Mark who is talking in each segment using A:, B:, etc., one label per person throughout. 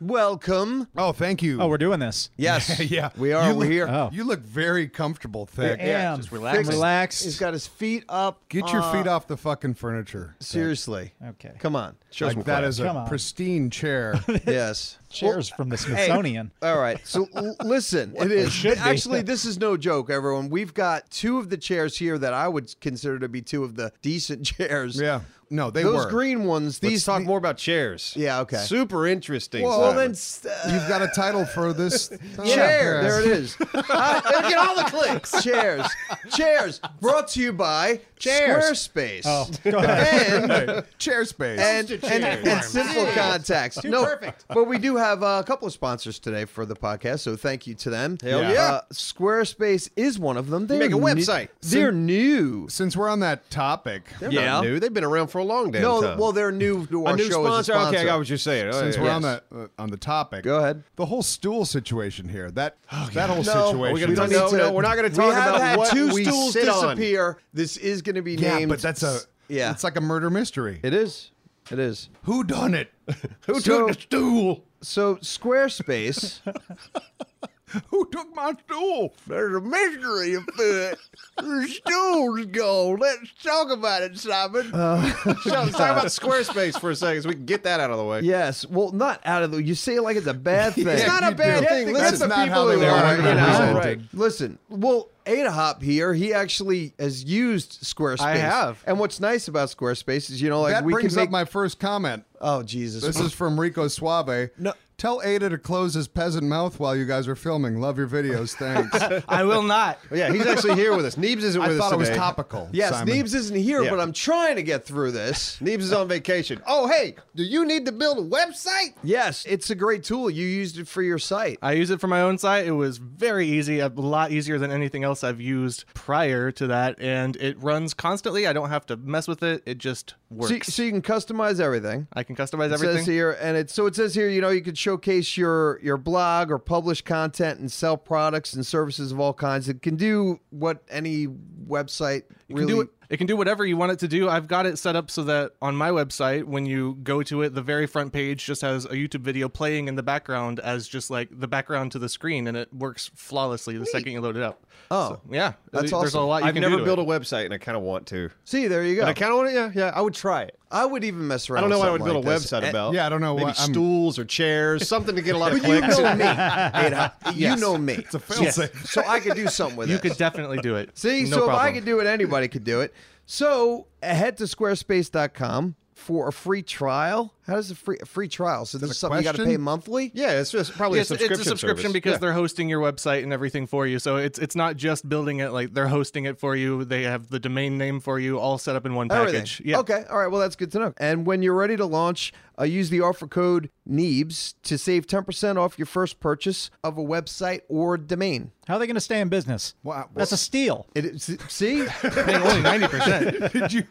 A: welcome.
B: Oh, thank you.
C: Oh, we're doing this.
A: Yes,
B: yeah,
A: we are.
B: You
A: We're
B: look-
A: here.
C: Oh.
B: You look very comfortable, thick.
C: Yeah,
A: just
C: just
A: relaxing.
C: relaxed.
A: He's got his feet up.
B: Get your
A: uh,
B: feet off the fucking furniture.
A: Seriously.
C: Okay.
A: Come on. Show
B: Like
A: some
B: that
A: class.
B: is
C: Come
B: a
C: on.
B: pristine chair.
A: yes.
C: Cheers from the
A: Hey,
C: Smithsonian.
A: all right. So l- listen, it is
C: should be.
A: actually this is no joke, everyone. We've got two of the chairs here that I would consider to be two of the decent chairs.
B: yeah. No, they
A: Those
B: were.
A: green ones.
D: Let's
A: These
D: talk more about chairs.
A: Yeah, okay.
D: Super interesting.
A: Well,
D: Simon.
A: then s- uh,
B: You've got a title for this
A: chair. There it is. I, I get all the clicks. Chairs. Chairs. Brought to you by
C: Chairs.
A: Squarespace.
C: Oh, go ahead.
A: And
B: Chair space.
A: and,
D: Toasted
A: and,
D: chairs.
A: and simple contacts. no,
D: perfect.
A: But we do have uh, a couple of sponsors today for the podcast, so thank you to them.
D: Hell Yeah. yeah.
A: Uh, Squarespace is one of them. They're
D: Make a
A: new-
D: website.
A: they're new.
B: Since we're on that topic,
D: They're
A: Yeah.
D: not new. They've been around for a long damn
A: No,
D: time.
A: well, they're new to our
D: a new
A: show as
D: sponsor.
A: a sponsor.
D: Okay, I got what you're saying. Oh,
B: since
D: yeah,
B: we're
D: yeah.
B: on the uh, on the topic,
A: Go ahead.
B: The whole stool situation here. That that
A: No,
B: whole situation.
D: we gonna talk
A: need
D: No, no, we're not gonna talk
A: we have
D: about
A: had
D: what
A: two
D: we
A: stools
D: sit on.
A: disappear. This is going to be
B: yeah,
A: named.
B: but that's a
A: yeah.
B: It's like a murder mystery.
A: it is. It is.
B: Who done it?
D: who
A: so-
D: took the stool?
A: So Squarespace.
B: Who took my stool?
A: There's a mystery afoot. The stool's gone. Let's talk about it, Simon.
D: So, let's talk about Squarespace for a second, so we can get that out of the way.
A: Yes. Well, not out of the. You say it like it's a bad thing.
B: It's not a you bad do. thing.
A: Yeah,
B: Listen
A: that's
B: to
A: not
B: people
A: how
B: who
A: they
B: are,
A: are,
B: you
A: you know?
B: know?
A: Right. Listen. Well, Ada Hop here. He actually has used Squarespace.
D: I have.
A: And what's nice about Squarespace is, you know, like
B: that
A: we
B: brings
A: can make.
B: up my first comment.
A: oh Jesus.
B: This is from Rico Suave.
A: No.
B: Tell Ada to close his peasant mouth while you guys are filming. Love your videos. Thanks.
E: I will not.
D: Yeah, he's actually here with us. Neebs isn't
B: I
D: with us
B: thought it was
D: today.
B: topical.
A: yes.
B: Simon.
A: Neebs isn't here,
D: Yeah.
A: but I'm trying to get through this.
D: Neebs is on vacation. Oh, hey, do you need to build a website?
A: Yes, it's a great tool. You used it for your site.
E: I use it for my own site. It was very easy, a lot easier than anything else I've used prior to that, and it runs constantly. I don't have to mess with it. It just
A: So,
E: works.
A: so you can customize everything.
E: I can customize
A: It
E: everything.
A: says here, and it's so it says here, you know, you could showcase your your blog or publish content and sell products and services of all kinds. It can do what any website
E: It can
A: really.
E: do it. It can do whatever you want it to do. I've got it set up so that on my website, when you go to it, the very front page just has a YouTube video playing in the background as just like the background to the screen, and it works flawlessly the second you load it up.
A: Oh.
E: So, yeah,
A: That's
E: there's a
A: awesome.
E: lot you
D: I've
E: can
D: never
E: do to
D: built
E: it.
D: a website, and I kind of want to.
A: See, there you go.
D: And I kind of want to. Yeah, yeah. I would try it.
A: I would even mess around.
D: I don't know
A: with
D: what I would
A: something
D: build a
A: like this. Eh,
D: website
A: And-
D: about.
B: yeah, I don't know
D: Maybe
B: what I'm-
D: stools or chairs, something to get a lot of
A: But you
D: clicks.
A: know me. Ada. You know me. It's a
B: fail safe.
A: So I could do something with
E: You
A: this.
E: could definitely do it.
A: See,
E: No
A: so if I
E: problem.
A: could do it, anybody could do it. So uh, head to squarespace.com for a free trial. How does a free a free trial? So this
B: a
A: is something you got to
B: question?
A: pay monthly.
D: Yeah, it's just probably
E: Yes,
D: a subscription.
E: it's a subscription
D: service.
E: because
D: Yeah.
E: they're hosting your website and everything for you. So it's it's not just building it; like they're hosting it for you. They have the domain name for you, all set up in one
A: Everything.
E: package. Yeah.
A: Oh, Okay. All right. Well, that's good to know. And when you're ready to launch, uh, use the offer code E NEEBS to save 10% off your first purchase of a website or domain.
C: How are they going to stay in business?
B: Wow.
C: That's a steal.
A: It is, see?
E: Paying only ninety percent.
B: Did you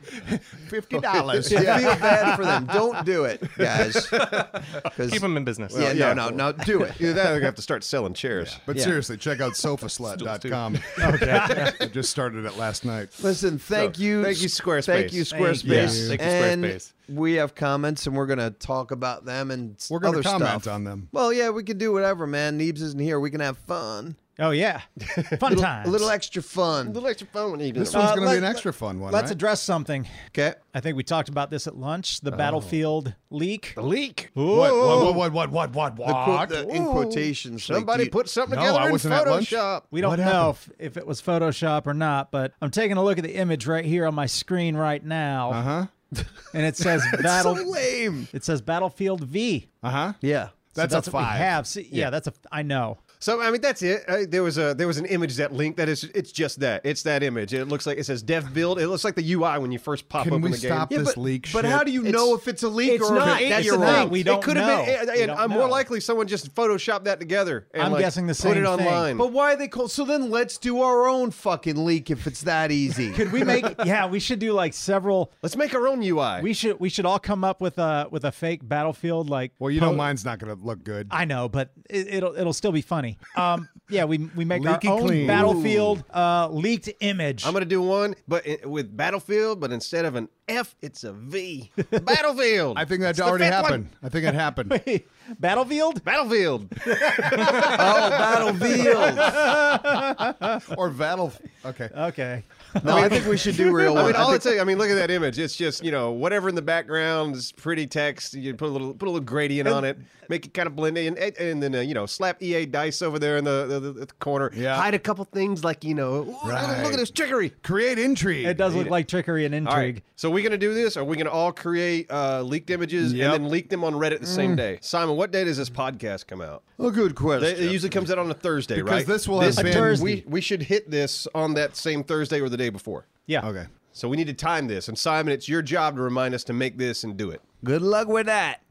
B: fifty dollars?
A: I feel bad for them. Don't do it, guys. 'Cause-
E: Keep them in business.
A: Yeah,
D: yeah.
A: No, no, no. Do it.
D: Either that, or they have to start selling chairs.
B: But
A: Yeah.
B: seriously, check out sofaslut.com. I just started it last night.
A: Listen, thank
D: So,
A: you.
D: thank you, Squarespace.
A: Thank you,
C: Thank you.
A: Squarespace.
C: Yeah.
E: Thank you,
A: And
E: Squarespace.
A: we have comments, and we're going to talk about them and s-
B: We're gonna
A: other
B: comment
A: stuff.
B: on them.
A: Well, yeah, we can do whatever, man. Neebs isn't here. We can have fun.
C: Oh yeah, fun times.
A: A little extra fun.
D: little extra phone when you do
B: This
D: that.
B: one's
C: Uh,
B: going to
C: let-
B: be an extra fun one.
C: Let's
B: right?
C: address something.
A: okay.
C: I think we talked about this at lunch. The battlefield leak.
D: leak.
B: what, what, what, what, what, what,
A: The
B: what?
A: quote, the, in
D: Ooh.
A: quotations. like,
D: Somebody
A: do you-
D: put something
B: No,
D: together
B: I
D: in
B: wasn't at lunch.
D: Photoshop.
C: We don't know if, if it was Photoshop or not, but I'm taking a look at the image right here on my screen right now,
B: uh huh.
C: and it says
A: so
C: battle.
A: lame.
C: it says Battlefield V.
B: Uh huh.
A: Yeah.
C: So
B: That's a
C: what we
B: five.
C: have. See, yeah. that's a. I know.
D: So I mean, that's it. Uh, there was a there was an image that linked. That is, it's just that. It's that image. It looks like it says dev build. It looks like the UI when you first pop
B: Can
D: open
B: we
D: the game.
B: stop
A: Yeah,
B: this
A: but,
B: leak
A: but
B: shit?
A: how do you know if it's a leak
C: it's
A: or if
C: not.
A: it's
C: That's
A: eight-year-old?
C: the thing. We don't
D: it could have
C: know.
D: been.
C: We
D: And
C: don't
D: I'm more
C: know.
D: likely someone just photoshopped that together. And
C: I'm
D: like,
C: guessing the
D: Put
C: same
D: it
C: thing.
D: online.
A: But why are they called? So then let's do our own fucking leak if it's that easy.
C: Could we make? yeah, we should do like several.
D: Let's make our own UI.
C: We should. We should all come up with a with a fake Battlefield like.
B: Well, you know, mine's not going to look good.
C: I know, but it, it'll it'll still be funny. Um, yeah, we we make
B: Leaky
C: our own
B: clean.
C: battlefield uh, leaked image.
D: I'm gonna do one, but it, with Battlefield, but instead of an F, it's a V. Battlefield.
B: I think that
D: It's the
B: already
D: fifth one.
B: happened. I think it happened.
C: Battlefield?
D: Battlefield.
A: Oh, Battlefield.
B: Or Battle. Okay.
C: Okay.
A: No, I think we should do real
D: I
A: one.
D: mean,
A: I
D: all
A: think-
D: it's I mean, look at that image. It's just you know whatever in the background is pretty text. You put a little put a little gradient on it, make it kind of blend in, and, and then uh, you know slap EA dice over there in the the, the, the corner.
B: Yeah.
D: Hide a couple things like you know. "Ooh, look at- Look
B: Right.
D: at this trickery.
B: Create intrigue.
C: It does look like trickery and
D: All right.
C: intrigue.
D: So we gonna do this? Are we gonna all create uh, leaked images
B: Yep.
D: and then leak them on Reddit the same day? Simon, what day does this podcast come out?
A: Oh, good question.
D: They- It usually comes out on a Thursday,
B: Because
D: right?
B: this will have
C: A
B: been.
C: Thursday.
D: we we should hit this on that same Thursday or the day before.
C: Yeah.
B: Okay.
D: So we need to time this. And Simon, it's your job to remind us to make this and do it.
A: Good luck with that.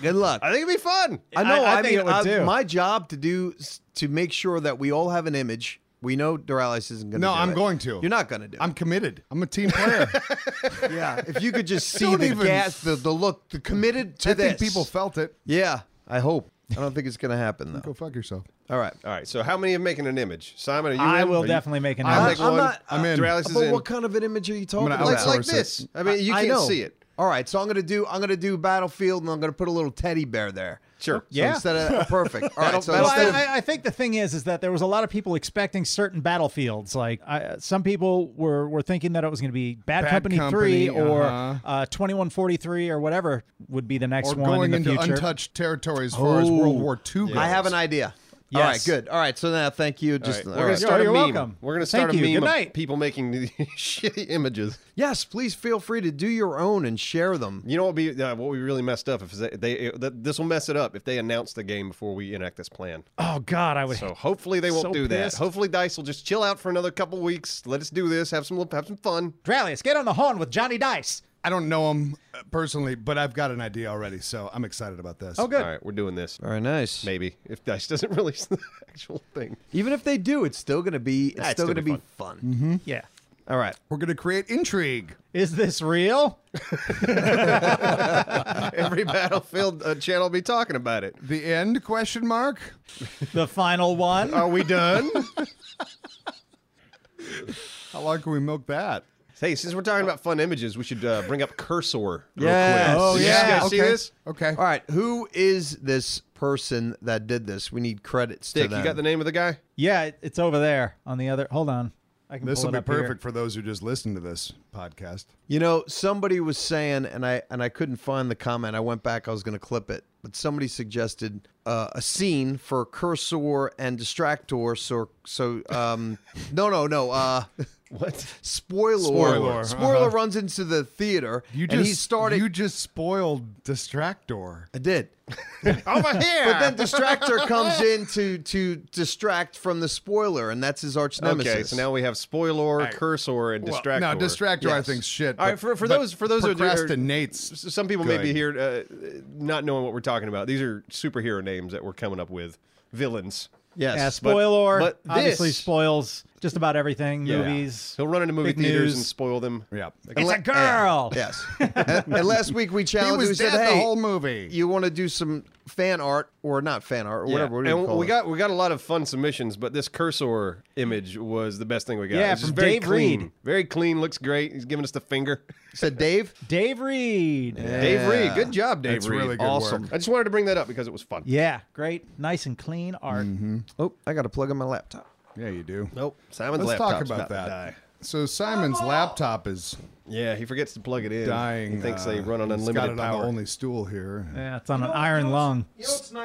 A: Good luck.
D: I think it'd be fun.
A: I know.
C: I- I
A: I,
C: think
A: mean,
C: it would
A: I-
C: do.
A: my job to do s- to make sure that we all have an image. We know Doralis isn't going to.
B: No, I'm going to.
A: You're not going to do.
B: I'm committed. I'm a team player.
A: it. Yeah, if you could just see
B: Don't
A: the
B: even-
A: gas, the, the look, the committed to
B: I
A: this.
B: think people felt it.
A: yeah, I hope. I don't think it's going to happen
B: Go
A: though.
B: fuck yourself.
A: All right.
D: All right. So how many are making an image? Simon, are you
C: I
D: in?
C: will
D: Are you-
C: definitely make an
D: I'll
A: I'm-
D: make
C: image. uh,
A: I'm
D: one.
A: not-
B: I'm in.
D: Doralis is
A: But
D: in.
A: what kind of an image are you talking
B: gonna
A: about?
D: like, like
B: Outsource it.
D: this. I mean, you
A: I
D: can't
A: know.
D: see it.
A: All right, so I'm gonna do I'm gonna do Battlefield, and I'm gonna put a little teddy bear there.
D: Sure.
A: So
C: Yeah.
A: instead of uh, perfect. All right. So
C: Well,
A: instead of-
C: I, I, I think the thing is, is that there was a lot of people expecting certain battlefields. Like I, some people were were thinking that it was going to be Bad,
B: Bad
C: Company,
B: Company,
C: Three or
B: uh-huh.
C: uh, Twenty One Forty Three or whatever would be the
B: Or
C: next one in
B: going
C: the
B: into
C: future.
B: untouched territory as far as World War II goes.
A: I have an idea.
C: Yes.
A: All right, good. All right, so now thank you.
D: All
A: Just
D: right, We're
A: all
D: gonna
A: right.
D: start
C: You're
D: a meme.
C: welcome.
D: We're gonna start
C: Thank
D: a
C: you.
D: meme
C: Good
D: of
C: night.
D: people making these shitty images.
A: yes, please feel free to do your own and share them.
D: You know what would be uh, what we really messed up if they, they uh, th- this will mess it up if they announce the game before we enact this plan.
C: Oh God, I would.
D: So hopefully they won't
C: So
D: do
C: pissed.
D: that. Hopefully Dice will just chill out for another couple weeks. Let us do this. Have some have some fun.
C: Dralius, get on the horn with Johnny Dice.
B: I don't know him uh, personally, but I've got an idea already, so I'm excited about this.
C: Oh, good.
D: All right, we're doing this.
A: Very nice.
D: Maybe if Dice doesn't release the actual thing.
A: Even if they do, it's still gonna be it's
D: it's
A: still
D: still
A: gonna
D: be
A: be fun. Mm-hmm.
C: Yeah.
A: All right.
B: We're gonna create intrigue.
C: Is this real?
D: Every Battlefield uh, channel will be talking about it.
B: The end? Question mark.
C: The final one.
D: Are we done?
B: How long can we milk that?
D: hey, since we're talking about fun images, we should uh, bring up cursor. Real
A: Yes.
D: Quick.
A: Oh,
D: Did you
A: yeah.
D: guys
B: okay.
D: See this?
B: Okay.
A: All right. Who is this person that did this? We need credits to
D: Dick,
A: them.
D: you got the name of the guy?
C: Yeah, it- it's over there on the other. Hold on, I can.
B: This
C: pull
B: will
C: it
B: be
C: up here.
B: perfect for those who just listen to this podcast.
A: You know, somebody was saying, and I and I couldn't find the comment. I went back. I was going to clip it, but somebody suggested uh, a scene for cursor and distractor. So, so um, no, no, no. Uh,
D: What?
A: spoiler.
B: Spoiler, uh-huh.
A: Spoiler runs into the theater, and he's starting.
B: You just spoiled Distractor.
A: I did,
D: Over here.
A: but then distractor comes in to to distract from the spoiler, and that's his arch nemesis.
D: okay, so now we have spoiler, cursor, and distractor.
B: Now Distractor, I
A: Yes.
B: think shit.
D: All right,
B: but-
D: for- for
B: but
D: those- for those who are-
B: procrastinates.
D: S- Some people may be
B: Good.
D: here uh, not knowing what we're talking about. These are superhero names that we're coming up with, villains.
A: yes,
C: Yeah, spoiler
D: but
C: obviously
D: this-
C: spoils just about everything. Movies.
D: He'll run into movie
C: Big
D: theaters
C: news.
D: and spoil them.
B: Yeah.
C: It's a
A: Unle-
C: girl.
A: and- yes. and, and last week we
B: He
A: challenged.
B: was
A: we
B: dead
A: said,
B: the
A: "Hey,
B: whole movie.
A: you want to do some fan art or not fan art or whatever. What do you
D: and
A: call
D: we
A: it?
D: got we got a lot of fun submissions, but this cursor image was the best thing we got.
C: Yeah,
D: It's just
C: from
D: very
C: Dave
D: clean.
C: Reed.
D: Very clean, looks great. He's giving us the finger.
A: said Dave.
C: Dave Reed. Yeah.
D: Dave Reed, good job, Dave
B: That's
D: Reed.
B: really good
D: awesome.
B: work.
D: I just wanted to bring that up because it was fun.
C: great, nice and clean art.
A: Oh, I got to plug in my laptop.
B: Yeah, you do.
D: Nope. Simon's
B: Let's talk
D: laptop's
B: about
D: about
B: that.
D: To die.
B: So Simon's laptop is
D: Yeah, he forgets to plug it in.
B: dying.
D: He thinks
B: uh,
D: they run on
B: he's
D: unlimited
B: got it on the
D: power.
B: only stool here.
C: Yeah, it's on an iron lung.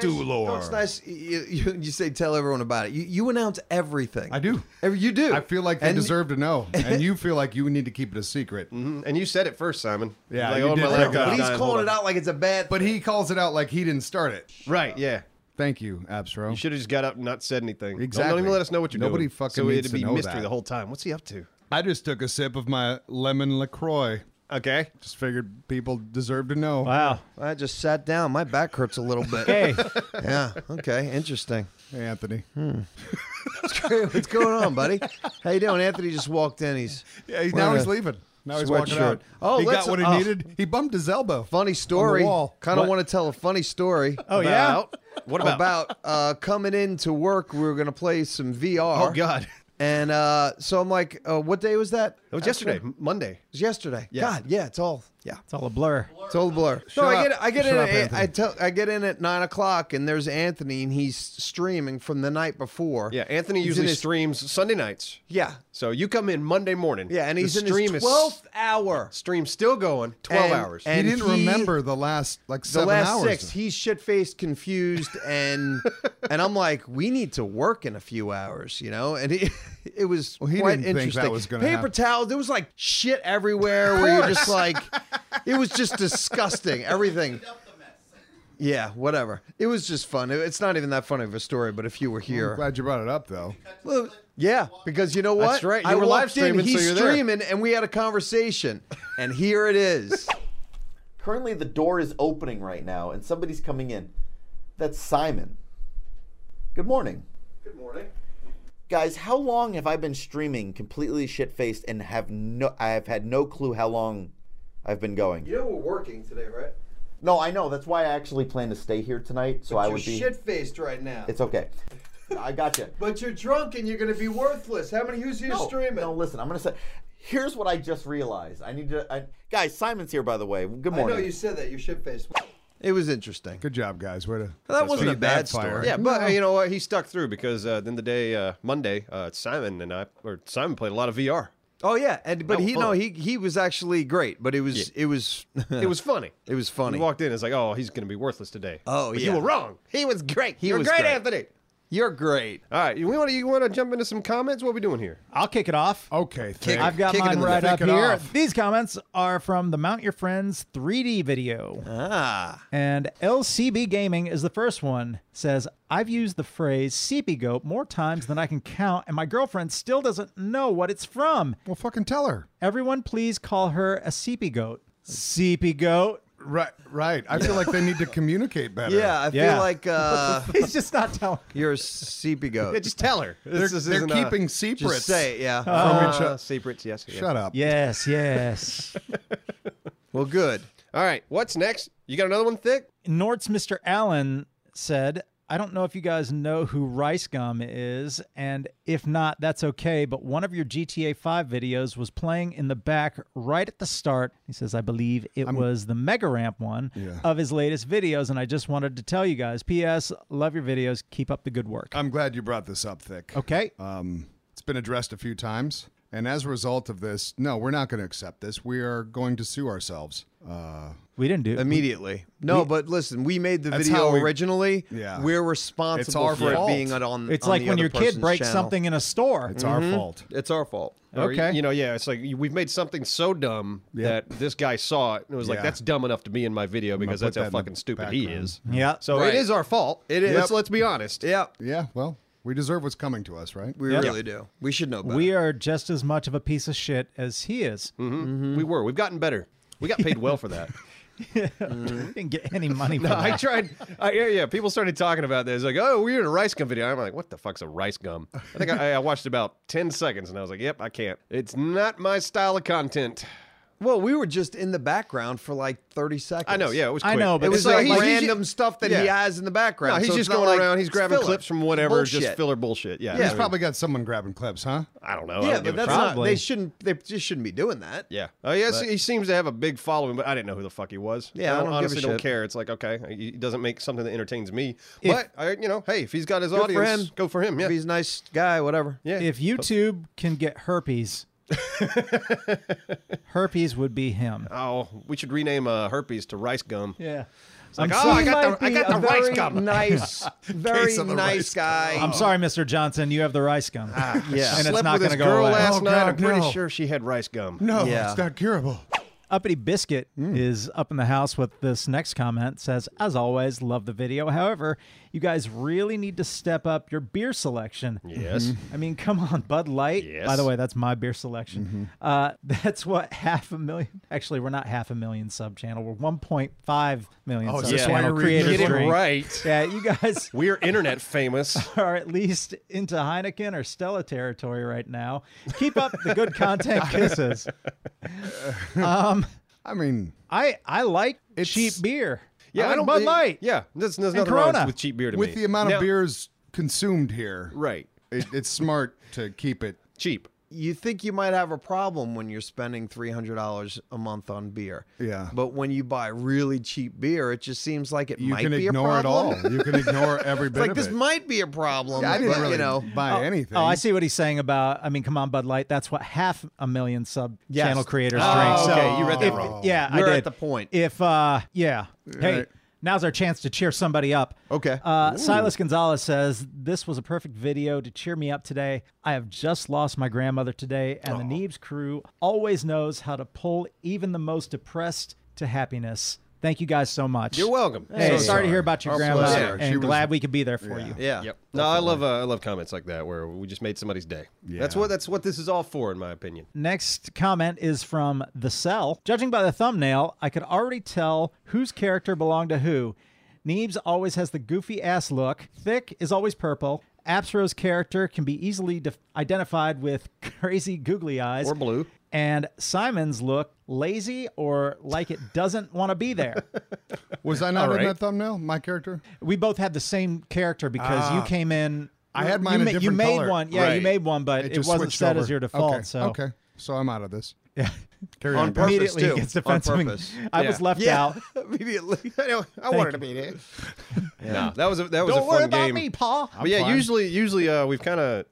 A: You know what's nice? You, you, you say tell everyone about it. You, you announce everything.
B: I do.
A: Every, you do.
B: I feel like they
A: And-
B: deserve to know, and you feel like you need to keep it a secret.
D: and you said it first, Simon.
B: Yeah,
D: Like,
B: you
D: oh,
B: did
D: my
B: bring
D: laptop's
B: it up.
A: But he's
D: dying, hold
A: calling it
D: on.
A: out like it's a bad.
B: But he calls it out like he didn't start it.
D: Right. Yeah.
B: Thank you, Absro.
D: You should have just got up and not said anything. Don't- Don't,
B: Exactly.
D: even let us know what you're
B: Nobody
D: doing.
B: fucking
D: So
B: needs
D: it'd
B: to
D: be
B: know
D: mystery
B: that.
D: the whole time. What's he up to?
B: I just took a sip of my lemon Lacroix.
D: Okay.
B: Just figured people deserve to know.
C: Wow.
A: I just sat down. My back hurts a little bit.
C: Hey,
A: Yeah. Okay. Interesting.
B: Hey, Anthony.
A: What's going on, buddy? How you doing? Anthony just walked in. He's
B: Yeah, he, now
A: Wearing
B: he's
A: a
B: leaving. Now he's walking
A: sweatshirt.
B: out.
A: Oh,
B: he
A: let's-
B: got what he
A: oh.
B: needed. He bumped his elbow.
A: funny story.
B: wall.
A: Kind of want to tell a funny story.
C: Oh, yeah?
D: About- What about?
A: about uh, coming into work. We were going to play some VR.
D: Oh, God.
A: And uh, so I'm like, uh, what day was that?
D: It was yesterday, Monday.
A: It was yesterday. God, yeah, it's all yeah.
C: It's all a blur.
A: It's all a blur. No,
B: Shut
A: I get
B: up.
A: I get
B: Shut
A: in
B: up,
A: at, eight-
B: Anthony.
A: I tell I get in at nine o'clock and there's Anthony and he's streaming from the night before.
D: Yeah, Anthony
A: He's in
D: usually
A: his-
D: streams Sunday nights.
A: Yeah.
D: So you come in Monday morning.
A: Yeah, and
D: The
A: he's in
D: stream
A: his
D: is-
A: twelfth hour.
D: Stream still going. Twelve
A: And-
D: hours.
A: and-
B: he didn't
A: he-
B: remember the last like
A: The
B: seven
A: last
B: hours.
A: six, he's shit faced, confused, and and I'm like, we need to work in a few hours, you know. And it, it was
B: he
A: quite
B: didn't think that
A: interesting.
B: was gonna
A: Paper
B: happen.
A: towel, there was like shit everywhere. Where you're just like, it was just disgusting. Everything. Yeah, whatever. It was just fun. It- It's not even that funny of a story, but if you were here,
B: I'm glad you brought it up though.
A: Well, yeah, because you know what?
D: That's right, you
A: I
D: were live
A: walked in,
D: streaming, so
A: He's
D: you're there.
A: streaming, and we had a conversation, and here it is.
F: Currently, the door is opening right now, and somebody's coming in. That's Simon. Good morning.
D: Good morning.
F: Guys, how long have I been streaming completely shit faced and have no I have had no clue how long I've been going.
A: know we're working today, right?
F: No, I know. That's why I actually plan to stay here tonight. So I
A: you're
F: would be
A: shit faced right now.
F: It's okay. I got you.
A: but you're drunk and you're gonna be worthless. How many who's here
F: no,
A: streaming?
F: no, listen. I'm gonna say. Here's what I just realized. I need to. I, guys, Simon's here, by the way. Good
A: I know
F: morning.
A: you said that you're shit faced. It was interesting.
B: Good job, guys. Way to
A: That wasn't a
B: feed
A: bad
B: that fire.
A: story.
D: Yeah, but uh, you know what? He stuck through because uh, then the day uh, Monday, uh, Simon and I, or Simon played a lot of VR.
A: Oh yeah, and but
D: That was
A: he no
D: fun.
A: he he was actually great, but it was it was
D: It was funny.
A: it was funny.
D: He walked in. It's like, oh, he's going to be worthless today.
A: Oh,
D: But
A: yeah.
D: you were wrong. He was great. He You're
A: was
D: great,
A: great.
D: Anthony.
A: You're great.
D: All right, you want to you want to jump into some comments? What are we doing here?
C: I'll kick it off.
B: Okay, thank
C: I've got
A: kick it
C: mine
A: in the
C: right
B: thick
C: up
B: and
C: here.
B: off.
C: These comments are from the Mount Your Friends 3D video.
A: Ah,
C: And LCB Gaming is the first one. Says, I've used the phrase CP goat more times than I can count, and my girlfriend still doesn't know what it's from.
B: Well, fucking tell her.
C: Everyone, please call her a CP goat. CP goat?
B: Right, right. I feel like they need to communicate better.
A: yeah. I
C: Yeah.
A: feel like uh,
C: He's just not telling.
A: you're a CP goat.
D: Yeah, just tell her.
B: they're,
D: This is-
B: they're
D: isn't, uh,
B: keeping secrets.
A: Just say it, yeah.
B: from each
D: uh,
B: other.
D: secrets. Yes. yes.
B: Shut up.
C: Yes, yes.
A: well, good.
D: All right, what's next? You got another one, thick?
C: Nort's Mr. Allen said, I don't know if you guys know who Rice Gum is, and if not, that's okay. But one of your GTA 5 videos was playing in the back right at the start. He says, I believe it was the Mega Ramp one
B: Yeah.
C: of his latest videos. And I just wanted to tell you guys, P.S., love your videos. Keep up the good
A: Uh,
C: work.
B: I'm glad you brought this up, thick.
C: Okay.
B: Um, it's been addressed a few times, and as a result of this, no, we're not going to accept this. We are going to sue ourselves. Uh,
C: we didn't do it.
A: immediately. No, but listen, we made the
B: That's
A: video
B: how we-
A: originally.
B: Yeah.
A: We're
B: It's
A: responsible
B: our
A: for
B: fault.
A: it being on. on
C: It's
A: on
C: like
A: the
C: when
A: other
C: your kid
A: person's
C: breaks
A: channel.
C: something in a store.
B: it's our fault.
A: It's our fault.
D: Or,
C: Okay.
D: You know, yeah, it's like we've made something so dumb that this guy saw it and was like,
B: Yeah.
D: "That's dumb enough to be in my video because
B: put
D: that's
B: that
D: how
B: in the
D: fucking stupid he
B: background. Mm-hmm.
D: is."
C: Yeah.
D: So
A: Right.
D: it is our fault. It
A: is.
D: Let's, let's be honest.
A: Yeah,
B: Yeah. Well, we deserve what's coming to us, right?
A: we
C: Yep.
A: really do. We should know better.
C: we are just as much of a piece of shit as he is.
A: Mm-hmm.
B: Mm-hmm.
D: Mm-hmm. We were. We've gotten better. We got paid well for that.
C: Didn't get any money for that.
D: I tried. I, yeah, yeah. People started talking about this. Like, oh, we're in a rice gum video. I'm like, what the fuck's a rice gum? I think I, I watched about ten seconds and I was like, yep, I can't. It's not my style of content.
A: well, we were just in the background for like 30 seconds.
D: I know. Yeah, it was.
C: I
D: Quick.
C: know,
A: It
C: but
D: It's
A: was
C: like
A: like,
D: he's- he's-
A: random stuff that he
D: yeah.
A: has in the background.
D: No, he's
A: so it's
D: just
A: not
D: going
A: like-
D: around. He's
A: it's
D: grabbing
A: filler.
D: clips from whatever, just
A: Bullshit.
D: filler bullshit. Yeah, I
B: He's
D: mean,
B: probably got someone grabbing clips, huh?
D: I don't know. I
A: Yeah,
D: don't give
A: but
D: a
A: that's
D: crap.
A: not.
C: Probably.
A: They shouldn't. They just shouldn't be doing that.
D: Yeah. Oh, yes. he seems to have a big following, but I didn't know who the fuck he was.
A: Yeah, I don't give a
D: honestly don't
A: shit.
D: care. It's like okay, he doesn't make something that entertains me. but I, you know, hey, if he's got his
A: Good
D: audience,
A: for him.
D: go for him. Yeah.
A: If he's a nice guy, whatever.
D: yeah.
C: If YouTube can get herpes, herpes would be him.
D: oh, we should rename uh, herpes to rice gum.
C: Yeah. I'm,
D: like, oh, I
C: sorry,
D: got
A: Might
D: the, I
A: be
D: got the
A: a
D: rice
A: very
D: gum.
A: Nice, very
B: Case of the rice
A: nice guy.
C: I'm sorry, Mr. Johnson. You have the rice gum.
A: yeah.
C: and it's
D: Ah, Slept
C: not going
D: with this
C: to go
D: girl
C: away.
D: last
B: Oh,
D: night. I'm
B: God,
D: pretty
B: no.
D: sure she had rice gum.
B: No,
A: Yeah.
B: it's not curable.
C: Uppity Biscuit is up in the house with this next comment. Says, as always, love the video. However, you guys really need to step up your beer selection.
D: Yes.
C: I mean, come on, Bud Light.
D: Yes.
C: By the way, that's my beer selection. Uh, that's what half a million. Actually, we're not half a million sub channel. We're 1.5 million
B: Oh,
C: sub
B: is this why
C: channel
B: you're reading
C: creators.
D: Get it
C: drink.
D: right.
C: Yeah, you guys
D: We're internet famous.
C: are at least into Heineken or Stella territory right now. Keep up the good content kisses.
B: I mean,
C: I I like
B: It's-
C: cheap beer.
D: Yeah,
C: I, like Bud Light.
D: Yeah, there's, there's nothing wrong
C: Corona.
D: with cheap beer to
B: with
D: me.
B: the amount
D: Now-
B: of beers consumed here,
D: Right.
B: It, it's smart to keep it.
D: Cheap.
A: you think you might have a problem when you're spending $300 a month on beer.
B: Yeah.
A: But when you buy really cheap beer, it just seems like it
B: You
A: might
B: can
A: be
B: ignore
A: a
B: it
A: problem.
B: all. You can ignore every
A: It's
B: bit
A: like
B: of
A: this
B: it.
A: might be a problem.
B: I didn't
A: but,
B: really
A: you know.
B: buy anything.
C: Oh, I see what he's saying about. I mean, come on, Bud Light. That's what half a million sub
A: Yes.
C: channel creators
A: Oh,
C: drink. So,
A: okay, you read that
C: if-
A: wrong.
C: Yeah, I
A: You're
C: did.
A: at the point.
C: If uh, yeah, hey,
B: right.
C: now's our chance to cheer somebody up.
A: Okay.
C: Uh, Silas Gonzalez says this was a perfect video to cheer me up today. I have just lost my grandmother today, and the Neebs crew always knows how to pull even the most depressed to happiness. Thank you guys so much.
D: You're welcome.
C: Hey,
D: So
C: sorry, to hear about your
B: Our
C: grandma,
B: pleasure.
C: and
B: She was-
C: glad we could be there for you.
A: Yeah.
D: Yep. No, I love uh, I love comments like that where we just made somebody's day. That's what that's what this is all for, in my opinion.
C: Next comment is from The Cell. Judging by the thumbnail, I could already tell whose character belonged to who. Neebs always has the goofy ass look. Thick is always purple. Absro's character can be easily def- identified with crazy googly eyes.
D: Or blue.
C: And Simon's look lazy or like it doesn't want to be there.
B: Was I not
D: All
B: in
D: right.
B: that thumbnail? My character.
C: we both had the same character because you came in.
B: Ah. I had mine
C: You,
B: a
C: ma- you
B: different
C: made
B: color.
C: one. Yeah, you
D: Right.
C: made one, but it,
B: just
C: wasn't
B: switched
C: set
B: over.
C: as your default.
B: Okay.
C: So
B: okay, so I'm out of this.
C: yeah.
B: Carry
A: On
B: on.
A: purpose,
C: immediately
A: too.
C: he gets defensive.
A: On
C: and-
A: purpose.
C: I was
D: Yeah.
C: left out.
A: Immediately.
D: I, know, I wanted to be there. No, that was a, that was a
C: Don't
D: fun
C: worry about
D: game.
C: me, Paul.
D: But yeah,
B: fine.
D: usually usually uh, we've kind of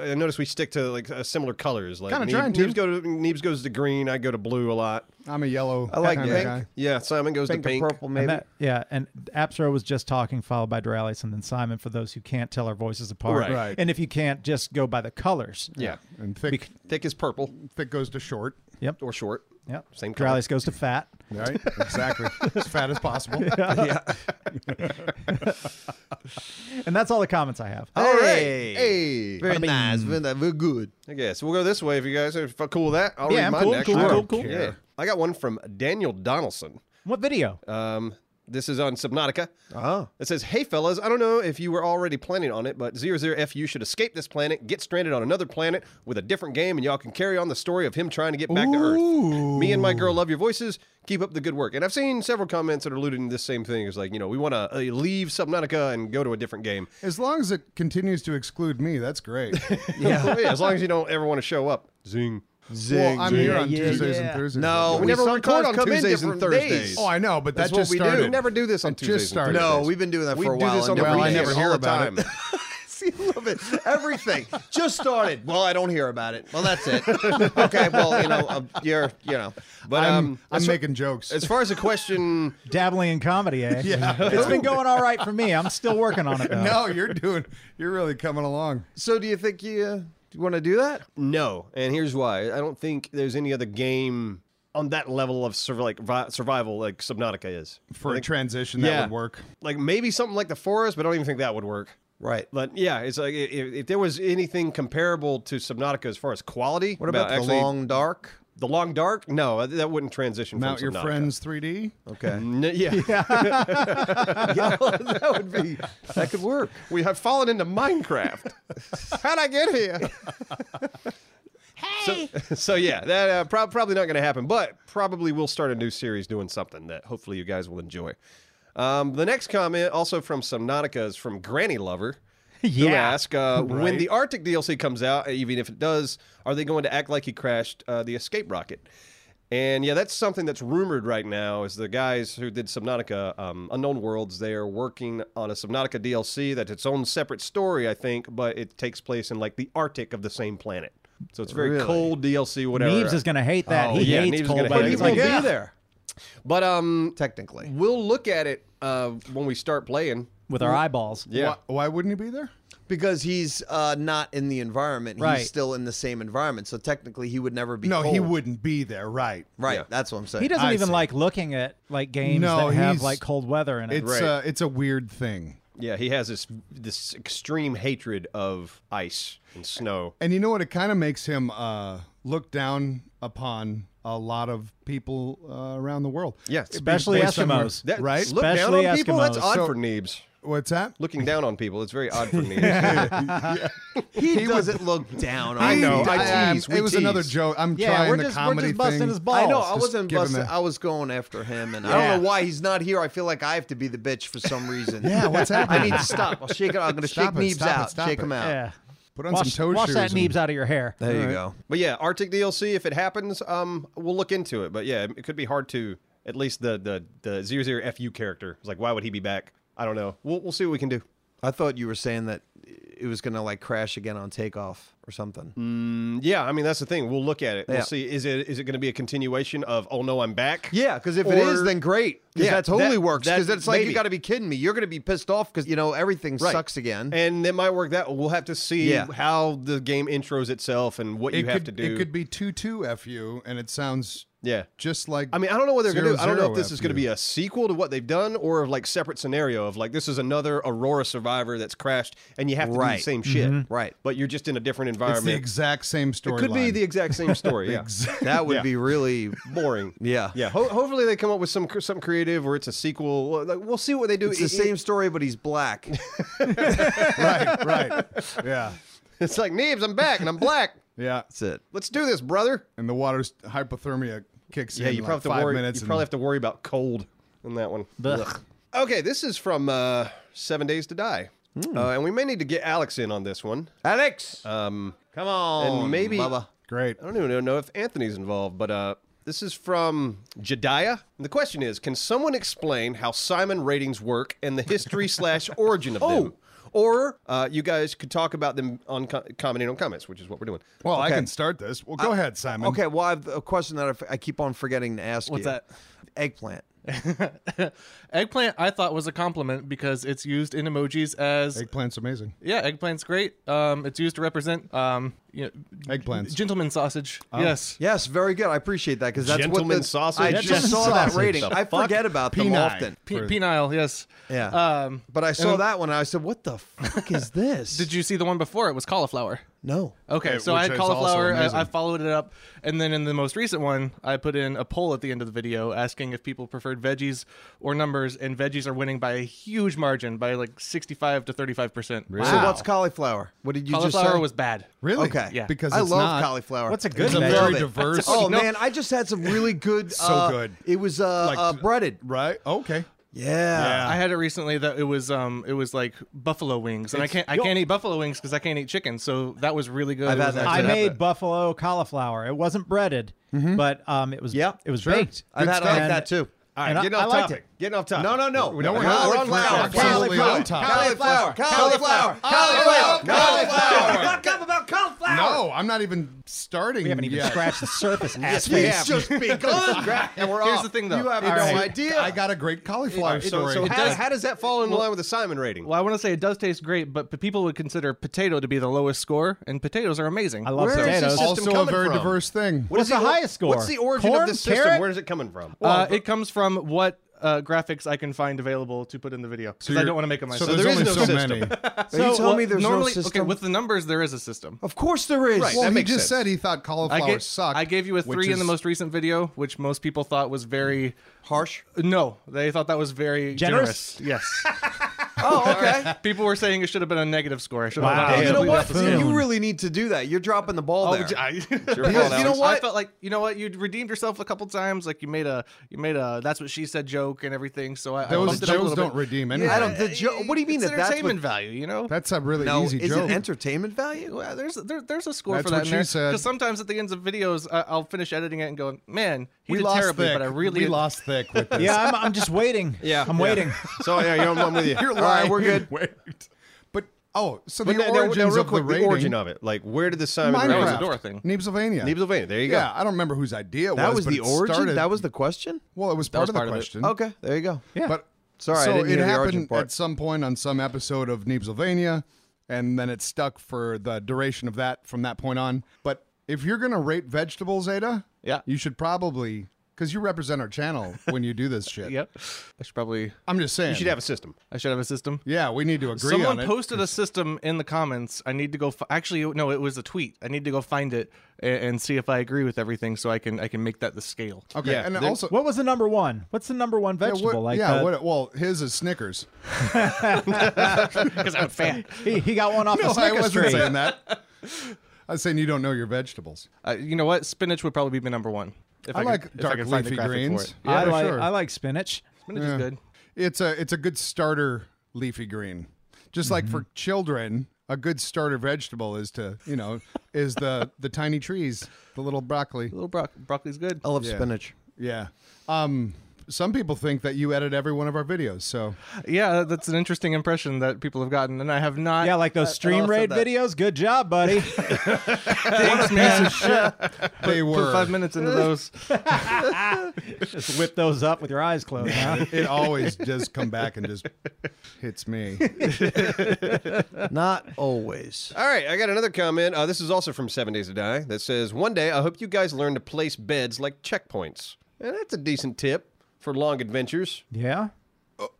D: I notice we stick to like uh, similar colors. Like
B: Kinda
D: Neeb-
B: trying to.
D: Neebs go to Neebs goes to green. I go to blue a lot.
B: I'm a yellow. I
A: like
B: kinda
A: pink.
B: guy.
D: Yeah, Simon goes
A: Pink
D: to
A: or
D: pink.
A: purple, maybe.
C: And that- yeah, and Apsro was just talking, followed by Doralis, and then Simon. For those who can't tell our voices apart,
D: Right.
B: Right.
C: And if you can't, just go by the colors.
D: Yeah,
B: And thick,
C: Bec-
D: thick is purple
B: thick goes to short.
C: Yep.
D: or short.
C: Yep.
D: Same color.
C: Doralis goes to fat.
B: Right? exactly. as fat as possible.
C: And that's all the comments I have.
A: All right.
D: Hey. Hey.
A: Very nice. Very, nice. Very good.
D: Okay, so we'll go this way if you guys are f- cool with that. I'll
C: Yeah,
D: read
C: I'm
D: mine
C: cool,
D: next.
C: cool,
D: Sure.
C: cool, cool.
D: Yeah. I got one from Daniel Donaldson.
C: What video?
D: Um, this is on Subnautica.
B: Uh-huh.
A: Oh.
D: It says, Hey, fellas, I don't know if you were already planning on it, but 00FU should escape this planet, get stranded on another planet with a different game, and y'all can carry on the story of him trying to get back to Earth. Me and my girl love your voices. Keep up the good work. And I've seen several comments that are alluding to this same thing. It's like, you know, we want to uh, leave Subnautica and go to a different game.
B: As long as it continues to exclude me, that's great.
D: Yeah. as long as you don't ever want to show up. Zing.
A: Zing.
B: well, I'm here
A: zing.
B: on
C: yeah,
B: Tuesdays and
C: yeah.
B: Thursdays.
A: No,
B: Yeah.
A: we,
D: never
A: never
D: record on
A: come in
D: Tuesdays and
A: different
D: Thursdays.
A: days.
B: Oh, I know, but
D: That's
B: that
D: what
B: just
D: we do.
B: started.
D: We never do this on
B: It
D: Tuesdays and
B: Just started.
A: No, we've been doing that
B: We
A: for a
B: do
A: while.
B: this
A: and
B: on
A: nobody
B: Well, I
A: cares.
B: never hear
A: All the
B: about
A: time. See, I love it. Everything just started. Well, I don't hear about it. Well, that's it. okay. Well, you know, uh, you're, you know,
D: But
B: I'm,
D: um,
B: I'm
D: as,
B: making jokes.
D: as far as the question,
C: Dabbling in comedy, eh? yeah. It's been going all right for me. I'm still working on it. Though.
B: no, you're doing. You're really coming along.
A: so do you think you, uh, do you want to do that?
D: No, and here's why. I don't think there's any other game on that level of sur- like vi- survival like Subnautica is.
B: For a transition, that would work.
D: Like maybe something like The Forest, but I don't even think that would work.
A: Right.
D: But yeah, it's like i- if, if there was anything comparable to Subnautica as far as quality,
A: What about, the
D: actually,
A: long dark?
D: The Long Dark? No, that wouldn't transition.
B: Mount
D: from
B: your
D: Subnautica.
B: friends 3D.
A: Okay.
D: N- yeah.
A: yeah, that would be. That could work.
D: we have fallen into Minecraft. How'd I get here? hey. So, so yeah, that uh, prob- probably not going to happen, but probably we'll start a new series doing something that hopefully you guys will enjoy. Um, the next comment, also from Subnautica, is from Granny Lover. Who
C: Yeah.
D: ask uh, when the Arctic DLC comes out, even if it does, are they going to act like he crashed uh, the escape rocket? And yeah, that's something that's rumored right now. Is the guys who did Subnautica, um, Unknown Worlds, they are working on a Subnautica DLC that's its own separate story, I think, but it takes place in like the Arctic of the same planet. So it's very cold DLC, whatever.
C: Neebs is going to hate that.
D: Oh,
C: he
D: yeah, Neebs
C: hates
D: is
C: cold
D: gonna
C: weather.
D: hate
C: He's
D: it.
C: like,
D: Well,
A: yeah.
C: "Be there
D: but um,
A: Technically.
D: we'll look at it uh, when we start playing.
C: with our eyeballs."
D: Yeah.
B: Why, why wouldn't he be there?
A: Because he's uh, not in the environment.
C: Right.
A: He's still in the same environment. So technically, he would never be.
B: No,
A: cold.
B: he wouldn't be there. Right.
A: Right.
D: Yeah.
A: That's what I'm saying.
C: He doesn't
B: I
C: even
B: see.
C: like looking at like games
B: No,
C: that have
B: he's-
C: like cold weather in it.
B: It's uh, it's a weird thing.
D: Yeah, he has this this extreme hatred of ice and snow.
B: And you know what? It kind of makes him uh, look down upon a lot of people uh, around the world.
D: Yeah,
C: Especially
B: Based on where-
C: Eskimos.
D: that,
B: right?
D: Look down on
C: Especially
D: people. That's
C: Eskimos.
D: odd
B: So-
D: for Neebs.
B: What's that?
D: Looking down on people. It's very odd for Neebs.
A: He, doesn't look down on
D: I know,
A: you.
D: I
B: I-
D: tease,
B: um,
D: we
B: It was another
D: tease.
B: joke. I'm
C: yeah,
B: trying
C: we're
B: the
C: just, we're
B: comedy
C: just busting
B: thing.
C: his balls.
A: I know. I
B: Just
A: wasn't
B: give him
A: busting.
B: that.
A: I was going after him, and I
C: Yeah.
A: don't know why he's not here. I feel like I have to be the bitch for some reason.
B: Yeah, what's
A: I
B: happening?
A: need to stop. I'll shake it. I'm going to shake
B: Stop it,
A: Neebs
B: stop it,
A: out.
B: stop
A: shake
B: it.
A: him out.
C: Yeah.
B: Put on
C: wash,
B: uh, some toe
C: wash
B: shoes.
C: that neebs
B: and-
C: out of your hair.
A: There you go.
D: But yeah, Arctic DLC. If it happens, um, we'll look into it. But yeah, it could be hard to at least the the the zero zero fu character. It's like, why would he be back? I don't know. We'll we'll see what we can do.
A: I thought you were saying that it was going to like crash again on takeoff or something.
D: Mm, Yeah, I mean that's the thing. We'll look at it.
A: Yeah.
D: We'll see. Is it is it going to be a continuation of Oh no, I'm back?
A: Yeah, because if it is,
D: Or-
A: then great. Because
D: Yeah,
A: that totally
D: that-
A: works.
D: that-
A: Because it's like
D: maybe.
A: you got to be kidding me. You're going to be pissed off because you know everything sucks again.
D: And it might work that. We'll have to see
A: Yeah.
D: how the game intros itself and what
B: It
D: you
B: could,
D: have to do.
B: It could be two two fu, and it sounds
D: yeah.
B: just like.
D: I mean, I don't know what they're going to do. I don't know
B: 00
D: if this is going to
B: FU.
D: be a sequel to what they've done or of like separate scenario of like this is another Aurora survivor that's crashed and you have to do
A: Right. Mm-hmm.
D: the same shit.
A: Right.
D: But you're just in a different
B: It's the
D: environment.
B: exact same
D: it
B: story.
D: could be the exact same story. yeah.
A: That would
D: Yeah.
A: be really
D: Boring.
A: Yeah.
D: Yeah. Ho- hopefully they come up with some cr- some creative or it's a sequel. Well, like, We'll see what they do. E-,
A: It's the
D: It- it-
A: same story, but he's black.
B: right, right. Yeah,
D: It's like Neves, I'm back and I'm black.
B: yeah.
A: That's it.
D: Let's do this, brother.
B: And the water's hypothermia kicks
D: Yeah,
B: in.
D: you
B: like
D: probably have to
B: five
D: worry.
B: minutes.
D: you
B: and-
D: probably have to worry about cold in that one.
C: Blech.
D: Okay, this is from uh, Seven Days to Die, uh, and we may need to get Alex in on this one.
A: Alex,
D: Um,
A: come on.
D: and maybe-
A: Bubba.
B: Great.
D: I don't even know if Anthony's involved, but uh, this is from Jediah. And the question is, can someone explain how Simon ratings work and the history slash origin of them? Or uh, you guys could talk about them on co- commenting on comments, which is what we're doing.
B: Well, I can start this. Well, go ahead, Simon.
A: Okay, well, I have a question that I f- I keep on forgetting to ask
E: What's
A: you.
E: that?
A: Eggplant.
E: Eggplant, I thought was a compliment because it's used in emojis as
B: Eggplant's amazing.
E: yeah, eggplant's great. Um, it's used to represent um, you know,
B: Eggplants.
E: gentleman sausage. Yes,
A: Yes, very good. I appreciate that because that's what
D: Gentleman
A: the,
D: sausage?
A: I
E: Gentleman
A: just saw that
E: sausage.
A: rating.
D: The
A: I
D: fuck?
A: forget about them
B: Peni.
A: often.
E: P- penile. Yes.
A: Yeah.
E: Um,
A: but I saw
E: and-
A: that one. And I said, "What the fuck is this?"
E: Did you Oh, see the one before? It was cauliflower.
A: No.
E: Okay,
B: Yeah,
E: so I
B: which
E: had
B: is also
E: cauliflower.
B: amazing.
E: I, I followed it up, and then in the most recent one, I put in a poll at the end of the video asking if people preferred veggies or numbers, and veggies are winning by a huge margin, by like sixty-five to thirty-five percent.
A: So what's cauliflower? What did you just
E: Cauliflower
A: say?
E: was bad.
B: Really?
A: Okay.
E: Yeah.
B: Because
A: I
B: it's
A: love
B: not-
A: cauliflower.
C: What's a good
B: It's a
C: veg?
B: very
A: Love it.
B: diverse.
A: Oh man, I just had some really good.
B: So
A: uh,
B: good.
A: It was uh,
B: Like-
A: uh breaded.
B: Right. Okay.
A: Yeah.
E: I had it recently that it was um it was like buffalo wings, and I can't I can't eat buffalo wings because I can't eat chicken, so that was really good.
A: I've
E: It
A: had
E: was
A: that
E: actually
C: I
A: That's what
E: not
C: made
E: bad.
C: buffalo cauliflower. It wasn't breaded,
B: Mm-hmm.
C: but um, it was
A: Yep,
C: it was
A: sure.
C: baked.
A: I've had it like
C: And-
A: that too.
D: All
C: And
D: right,
C: I-
D: getting
C: I
D: off
C: liked
D: topic. Getting off topic.
A: No, no, no.
B: No, we're not- we're
A: cauliflower.
B: not- we're absolutely
A: Cauliflower.
B: on top.
A: Cauliflower. Cauliflower. Cauliflower. Cauliflower. Fuck up about cauliflower.
B: No, I'm not even starting.
C: We haven't even
B: yet.
C: scratched the surface. ass
A: It's
C: face.
A: just begun. and we're
E: Here's
A: off.
E: the thing, though.
A: You have
E: All
A: no
E: right.
A: idea.
B: I got a great cauliflower
D: So,
B: story.
D: so how,
E: does-
D: how does that fall in line with the Simon rating?
E: Well, I want to say it does taste great, but p- people would consider potato to be the lowest score, and potatoes are amazing.
C: I love
D: Where is this
C: potatoes.
D: system
B: also a
D: coming
B: very
D: from?
B: diverse thing.
D: What
C: What's
D: is
C: the highest score?
D: What's the origin
C: Corn,
D: of this system?
C: carrot?
D: Where is it coming from?
E: uh, it comes from what uh, graphics I can find available to put in the video because I
B: you're-
E: don't want to make them
B: So
E: myself.
B: there's
D: there is
B: only
D: no
B: so
D: system.
B: many.
A: Are you telling
E: well,
A: me there's no
E: normally,
A: system? Oh,
E: Okay, with the numbers, there is a system.
A: of course there is.
D: Right.
B: well,
D: that
B: he
D: makes
B: just
D: sense.
B: said he thought cauliflower
E: I, ga-
B: sucked.
E: I gave you a
B: which
E: three in the
B: is-
E: most recent video, which most people thought was very
A: Harsh.
E: no. They thought that was very
C: Generous?
E: generous. Yes,
A: Oh, okay.
E: people were saying it should have been a negative score. I should have.
C: Wow.
E: allowed
A: Hey,
E: it
A: you know
E: to be
A: what?
E: up to-
C: Buffoon.
A: You really need to do that. You're dropping the ball there.
E: I,
A: Because you know
E: I
A: what?
E: felt like you know what you redeemed yourself a couple times. Like you made a you made a that's what she said joke and everything. So I I
B: Those
E: bumped it up a
B: jokes
E: little
B: don't
E: bit.
B: redeem anything.
A: I don't- the jo- what do you mean
E: it's
A: that that's what-
E: entertainment value? You know,
B: That's a really
A: no,
B: easy
A: is
B: joke.
A: it entertainment value?
E: Well, there's there, there's a score
B: That's
E: for that.
B: what she said.
E: Because sometimes at the ends of videos, I, I'll finish editing it and go, "Man, he
B: we
E: did
B: lost
E: terribly,"
B: thick.
E: but I really
B: we lost thick with this.
C: Yeah, I'm, I'm just waiting.
D: Yeah,
C: I'm
D: yeah.
C: waiting.
D: So yeah, you're, I'm with you.
B: You're
A: All
B: lying.
A: right, we're good.
B: Wait. But oh, so
D: But
B: the
D: now- now- now
B: origins
D: real
B: of
D: quick,
B: the rating.
D: origin of it, like where did the Simon
B: Minecraft.
E: That was
D: rating?
E: a door thing.
B: Neebsylvania.
D: Neebsylvania. There you go.
B: Yeah, I don't remember whose idea it
A: That was
B: was. but
A: the
B: it
A: origin.
B: started-
A: That was the question.
B: well, it was part
E: was
B: of the
E: part of it.
B: question.
A: Okay, there you go.
C: Yeah.
B: But
A: Sorry, I
B: so
A: didn't
B: it
A: hear the origin
B: happened
A: part.
B: at some point on some episode of Neebsylvania, and then it stuck for the duration of that from that point on. But if you're gonna rate vegetables, Ada,
E: Yeah.
B: you should probably because you represent our channel when you do this shit.
E: Yep. I should probably
B: I'm just saying.
D: You should have a system.
E: I should have a system.
B: yeah, we need to agree on
E: Someone
B: it.
E: posted a system in the comments. I need to go. F- Actually, no, it was a tweet. I need to go find it and, and see if I agree with everything, so I can I can make that the scale.
B: okay,
D: yeah,
B: and
D: there-
B: also.
C: What was the number one? What's the number one
B: yeah,
C: vegetable?
B: what-
C: like
B: yeah,
C: uh,
B: what- well, his is Snickers.
E: Because I'm a fan.
C: he, he got one off
B: No,
C: the
B: I
C: Snickers
B: wasn't
C: tree.
B: saying that. I was saying you don't know your vegetables.
E: Uh, you know what? Spinach would probably be my number one. If
B: I,
E: I, could-
B: like
E: if I
B: dark
E: could find the
B: leafy
E: graphic for
B: greens.
E: it.
B: Yeah,
C: I like
B: sure.
C: I like spinach.
E: Spinach is good.
B: It's a it's a good starter leafy green. Just like for children, a good starter vegetable is to you know is the the tiny trees, the little broccoli.
E: Little bro- broccoli's good.
A: I love spinach.
B: Yeah. Um. Some people think that you edit every one of our videos, so
E: Yeah, that's an interesting impression that people have gotten, and I have not.
C: Yeah, like those stream
E: said
C: raid
E: that.
C: videes. Good job, buddy.
E: Thanks, man.
B: they
E: Put
B: were.
E: five minutes into those.
C: Just whip those up with your eyes closed. Huh?
B: It always does come back and just hits me.
A: Not always.
D: All right, I got another comment. Uh, this is also from Seven Days to Die that says, "One day, I hope you guys learn to place beds like checkpoints." And that's a decent tip for long adventures.
C: Yeah.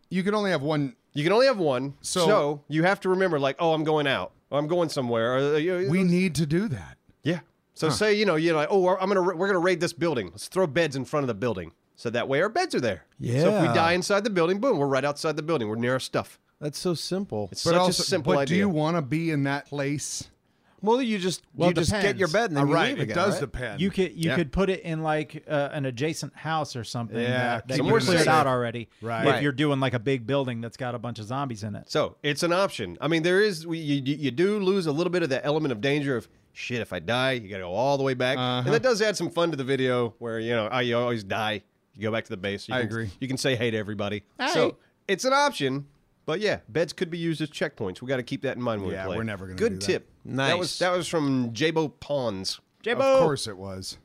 B: You can only have one.
D: You can only have one, so,
B: So-
D: you have to remember, like, "Oh, I'm going out. Or, I'm going somewhere." Or, uh, you-
B: We need to do that.
D: yeah. So say you know you're like, "Oh, we're- I'm gonna ra- we're gonna raid this building. Let's throw beds in front of the building, so that way our beds are there. So if we
A: Yeah.
D: die inside the building, boom, we're right outside the building. We're near our stuff.
A: That's so simple.
D: It's
B: But
D: such
B: also,
D: a simple
B: but
D: idea.
B: do you want to be in that place?
A: Well, you just
C: Well,
A: you
C: it
A: just get
C: depends.
A: your bed and then
B: Uh,
A: you
B: right,
A: leave
B: it
A: again,
B: does
A: right?
B: depend.
C: You could you
B: Um, Yeah.
C: could put it in like uh, an adjacent house or something
B: Yeah,
C: that, that
B: keep
C: you
D: it in
C: cleared
D: safe.
C: out already.
B: Right.
C: If you're doing like a big building that's got a bunch of zombies in it.
D: So it's an option. I mean, there is we- you, you you do lose a little bit of that element of danger of shit. If I die, you got to go all the way back, and
B: Uh-huh.
D: that does add some fun to the video where you know oh, you always die. You go back to the base. You
B: I
D: can,
B: agree.
D: You can say hey to everybody. So it's an option, but yeah, beds could be used as checkpoints. We got to keep that in mind when
B: Yeah,
D: we play.
B: we're never gonna
D: Good
B: do that.
D: tip. That was
A: Nice.
D: that was from Jabo Pawns.
B: Of course it was.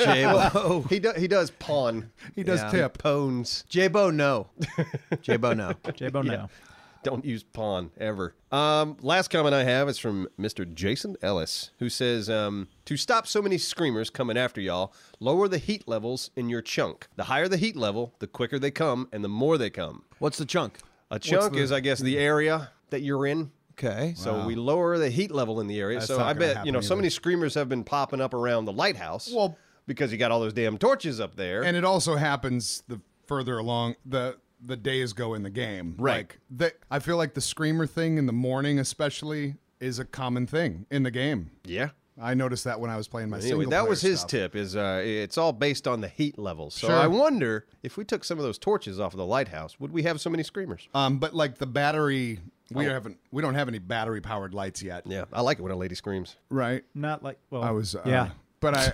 D: Jabo. he does he does pawn.
B: He does
A: Yeah.
B: tip.
D: Pawns.
A: J-Bo, no. J-Bo, no.
C: J-Bo, no.
D: Don't use pawn ever. Um, last comment I have is from Mr. Jason Ellis, who says um, to stop so many screamers coming after y'all, lower the heat levels in your chunk. The higher the heat level, the quicker they come and the more they come.
A: What's the chunk?
D: A chunk is, I guess, the area that you're in.
A: Okay.
D: So we lower the heat level in the area.
B: That's
D: so
B: not
D: I
B: gonna
D: bet you know
B: happen
D: so
B: either.
D: many screamers have been popping up around the lighthouse.
B: Well-
D: because you got all those damn torches up there.
B: And it also happens the further along the the days go in the game.
D: Right.
B: Like the, I feel like the screamer thing in the morning especially is a common thing in the game.
D: yeah.
B: I noticed that when I was playing my
D: Anyway,
B: single
D: that
B: player
D: was his
B: stuff.
D: tip. Is uh, it's all based on the heat level. So
B: Sure.
D: I wonder if we took some of those torches off of the lighthouse, would we have so many screamers?
B: Um but like the battery
D: Oh.
B: we haven't we don't have any battery powered lights yet.
D: Yeah, I like it when a lady screams.
B: Right?
C: Not like well.
B: I was uh,
C: yeah.
B: But I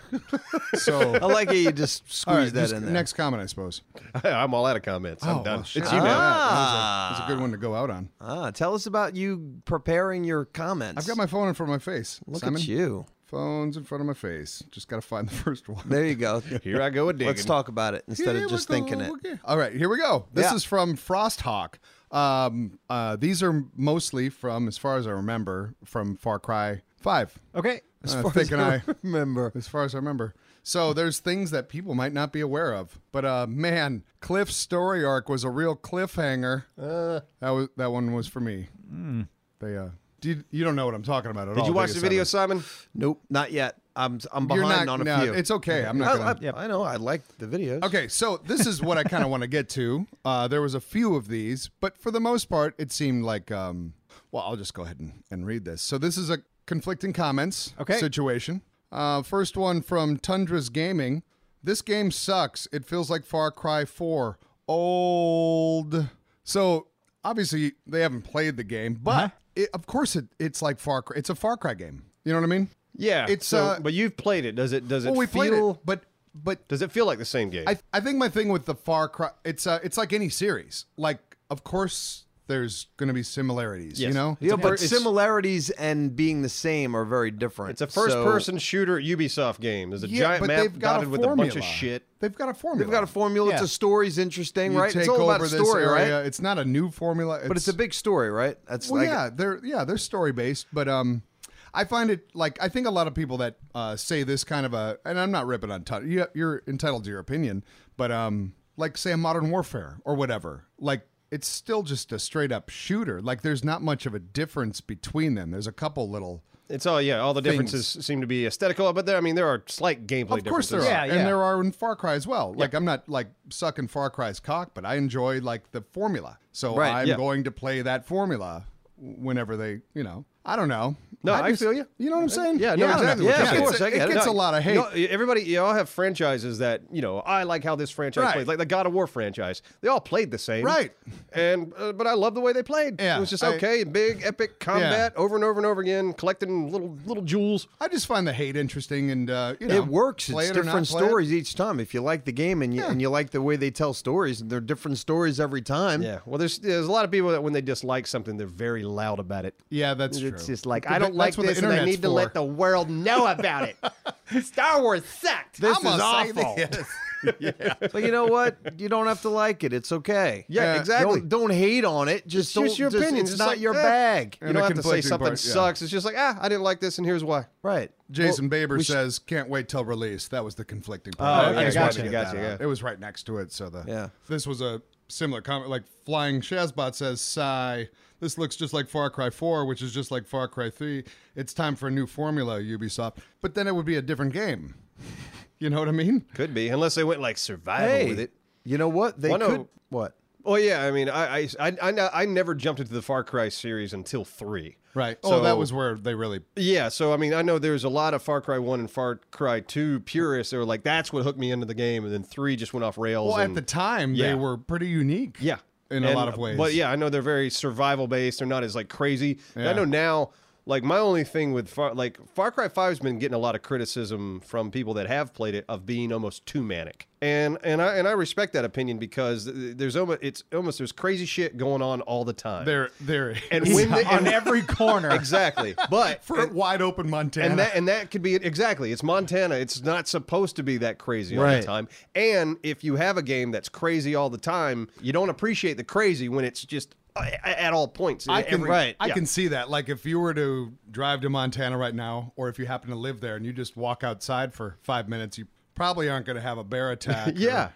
B: so
A: I like it. You just squeeze
B: all right,
A: that
B: just
A: in there.
B: next comment I suppose.
D: I'm all out of comments. I'm
B: Oh,
D: done.
B: well, shit,
D: it's
B: I
D: you Ah.
B: didn't know
D: now.
B: that. That was a- that was a good one to go out on.
A: Ah, tell us about you preparing your comments.
B: I've got my phone in front of my face.
A: Look
B: Simon,
A: at you.
B: Phone's in front of my face. Just got to find the first one.
A: There you go.
D: Here I go a digging.
A: Let's talk about it instead
B: Yeah,
A: of just
B: we're
A: thinking
B: cool,
A: it.
B: okay. All right, here we go. This
A: Yeah.
B: is from Frosthawk. Um, uh, these are mostly from, as far as I remember, from Far Cry Five.
C: Okay.
B: As far as I
A: remember.
B: As far as I remember. So there's things that people might not be aware of, but uh, man, Cliff's story arc was a real cliffhanger.
A: Uh.
B: that was that one was for me.
A: Hmm.
B: They uh, did you don't know what I'm talking about at all?
D: Did you
B: do
D: watch the video,
B: Simon?
D: Simon?
A: Nope, not yet. I'm I'm
B: You're
A: behind on
B: not.
A: a
B: no,
A: few.
B: it's okay. I'm not.
A: I,
B: gonna,
A: I- I know. I like the videos.
B: Okay, so this is what I kind of want to get to. Uh, there was a few of these, but for the most part, it seemed like. Um, well, I'll just go ahead and, and read this. So this is a conflicting comments
C: Okay.
B: situation. Uh, first one from Tundra's Gaming. This game sucks. It feels like Far Cry 4. Old. So obviously they haven't played the game, but
D: Uh-huh.
B: it, of course it, it's like Far Cry. It's a Far Cry game. You know what I mean?
D: Yeah.
B: It's,
D: so,
B: uh,
D: but you've played it. Does it? Does it
B: Well, we
D: feel?
B: played it, but but
D: Does it feel like the same game?
B: I, I think my thing with the Far Cry, it's uh, it's like any series. Like, of course, there's going to be similarities.
D: Yes.
B: You know,
A: Yeah, but
D: it's-
A: similarities and being the same are very different.
D: it's a first-person shooter Ubisoft game. There's a
B: Yeah,
D: giant
B: but
D: map
B: they've got a
D: dotted with a bunch of
B: formula.
D: shit.
B: They've got a formula.
A: They've got a formula. It's
C: Yeah.
A: a story's interesting,
B: You
A: right?
B: Take
A: It's all
B: over
A: about a
B: this
A: story,
B: area.
A: right?
B: It's not a new formula,
A: But it's a big story, right? That's
B: Well,
A: like
B: yeah, they're yeah they're story based, but um, I find it like I think a lot of people that uh, say this kind of a, and I'm not ripping on Todd. You, you're entitled to your opinion, but um, like say a Modern Warfare or whatever, like it's still just a straight up shooter. Like there's not much of a difference between them. There's a couple little.
D: It's all yeah. All the differences seem to be aesthetical, but there. I mean, there are slight gameplay differences.
B: Of course there are,
C: Yeah, yeah.
B: and there are in Far Cry as well. Like I'm not like sucking Far Cry's cock, but I enjoy like the formula, so
A: Right,
B: I'm
D: yeah.
B: going to play that formula whenever they, you know, I don't know.
D: No, I, feel you.
B: You know what I'm saying?
D: Yeah, no, exactly. Yeah,
B: it
D: of course.
B: gets,
D: I
B: it
D: get it.
B: gets
D: No,
B: a lot of hate.
D: you know, everybody, you all have franchises that you know. I like how this franchise
B: Right.
D: plays, like the God of War franchise. They all played the same,
B: Right.
D: And uh, but I love the way they played.
B: Yeah,
D: it was just
B: I-
D: okay, big epic combat over and over and over again, collecting little little jewels.
B: I just find the hate interesting, and uh, you know,
A: it works.
B: play
A: It's
B: it or not
A: different
B: play it.
A: stories each time. If you like the game and you, and you like the way they tell stories, and they're different stories every time.
D: Yeah. Well, there's there's a lot of people that when they dislike something, they're very loud about it.
B: Yeah, that's true.
D: It's just like
B: But
D: I don't
B: that's
D: like
B: what the
D: this, and I
B: internet's
D: need to let
B: for.
D: the world know about it. Star Wars sucked.
A: This
B: I'm
A: is
B: gonna say
A: awful.
B: this.
A: But you know what? You don't have to like it. It's okay.
D: Yeah,
A: Don't-
D: exactly.
A: Don't, hate on it. Just don't.
D: It's just your
A: just-
D: opinion.
A: It's
D: Just
A: not
D: like,
A: your
D: eh.
A: bag.
D: You
B: And
D: don't
B: a
D: have to say
B: conflicting
D: something
B: part, yeah.
D: sucks. It's just like ah, I didn't like this, and here's why.
A: Right.
B: Jason Baber
A: we sh-
B: says, "Can't wait till release." That was the conflicting part.
C: okay,
B: I just
C: gotcha,
B: wanted to get
D: gotcha,
B: that out.
D: yeah.
B: It was right next to it, so the
A: Yeah.
B: This was a similar comment. Like Flying Shazbot says, "Sigh." This looks just like Far Cry 4, which is just like Far Cry 3. It's time for a new formula, Ubisoft. But then it would be a different game. You know what I mean?
D: Could be, unless they went like survival
A: Hey,
D: with it.
A: you know what? They
D: Well, no.
A: could. What?
D: Oh yeah, I mean, I I, I I know- I never jumped into the Far Cry series until three.
B: Right.
D: So,
B: oh, that was where they really.
D: yeah. So I mean, I know there's a lot of Far Cry one and Far Cry two purists. that were like, that's what hooked me into the game, and then three just went off rails.
B: Well, at
D: and-
B: the time,
D: Yeah.
B: they were pretty unique.
D: yeah,
B: In a
D: And-
B: lot of ways.
D: But yeah, I know they're very survival based. They're not as like crazy. And I
B: Yeah.
D: know now. Like my only thing with Far, like Far Cry Five has been getting a lot of criticism from people that have played it of being almost too manic, and and I and I respect that opinion because there's almost it's almost there's crazy shit going on all the time.
B: They're. they're
D: and when they,
C: on
D: and-
C: every corner.
D: exactly but
B: for wide open Montana.
D: and that and that could be it exactly it's montana it's not supposed to be that crazy all
A: Right.
D: the time and if you have a game that's crazy all the time you don't appreciate the crazy when it's just a- a- at all points
B: I can
D: every-
B: I
D: yeah.
B: can see that. Like if you were to drive to Montana right now, or if you happen to live there and you just walk outside for five minutes, you probably aren't going to have a bear attack. or-
D: yeah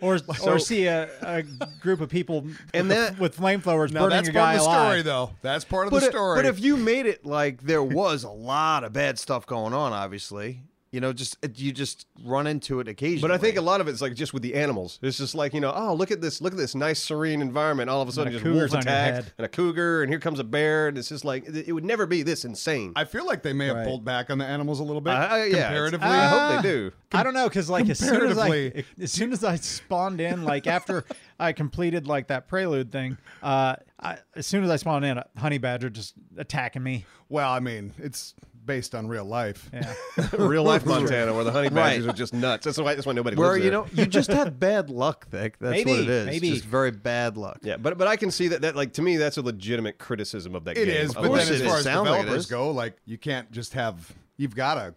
C: or, or see a, a group of people
D: And
C: with,
D: that-
C: with flamethrowers
B: now
C: burning
B: that's
C: a
B: part
C: guy
B: of the
C: alive.
B: story, though. That's part of
A: But
B: the
A: if,
B: story.
A: but if you made it like there was a lot of bad stuff going on, obviously, you know, just it- you just run into it occasionally.
D: but I think a lot of it's like just with the animals. It's just like you know, oh look at this, look at this nice serene environment. All of a sudden,
C: a
D: just
C: cougar's on
D: wolf
C: your
D: attacks
C: head.
D: and a cougar, and here comes a bear, and it's just like it it would never be this insane.
B: I feel like they may have pulled back on the animals a little bit
D: I- I- Uh, yeah, it's-
B: comparatively.
D: I hope they do.
C: I don't know because like as soon as I
B: comparatively-
C: as soon as I spawned in, like after I completed like that prelude thing, uh, I, as soon as I spawned in, a honey badger just attacking me.
B: well, I mean, it's based on real life.
C: Yeah,
D: real life Montana, where the honey badgers
A: Right.
D: are just nuts. That's why that's why nobody
A: where
D: lives
A: you
D: there.
A: know you just have bad luck. Thick. That's what it
C: Maybe,
A: is.
C: maybe.
A: Just very bad luck.
D: Yeah, but but I can see that that like to me that's a legitimate criticism of that
B: It
D: game.
B: is,
D: Of
B: but
A: course
B: then as
A: it
B: far
A: is.
B: as
A: Sound like it
B: developers
A: is.
B: go, like you can't just have. You've got to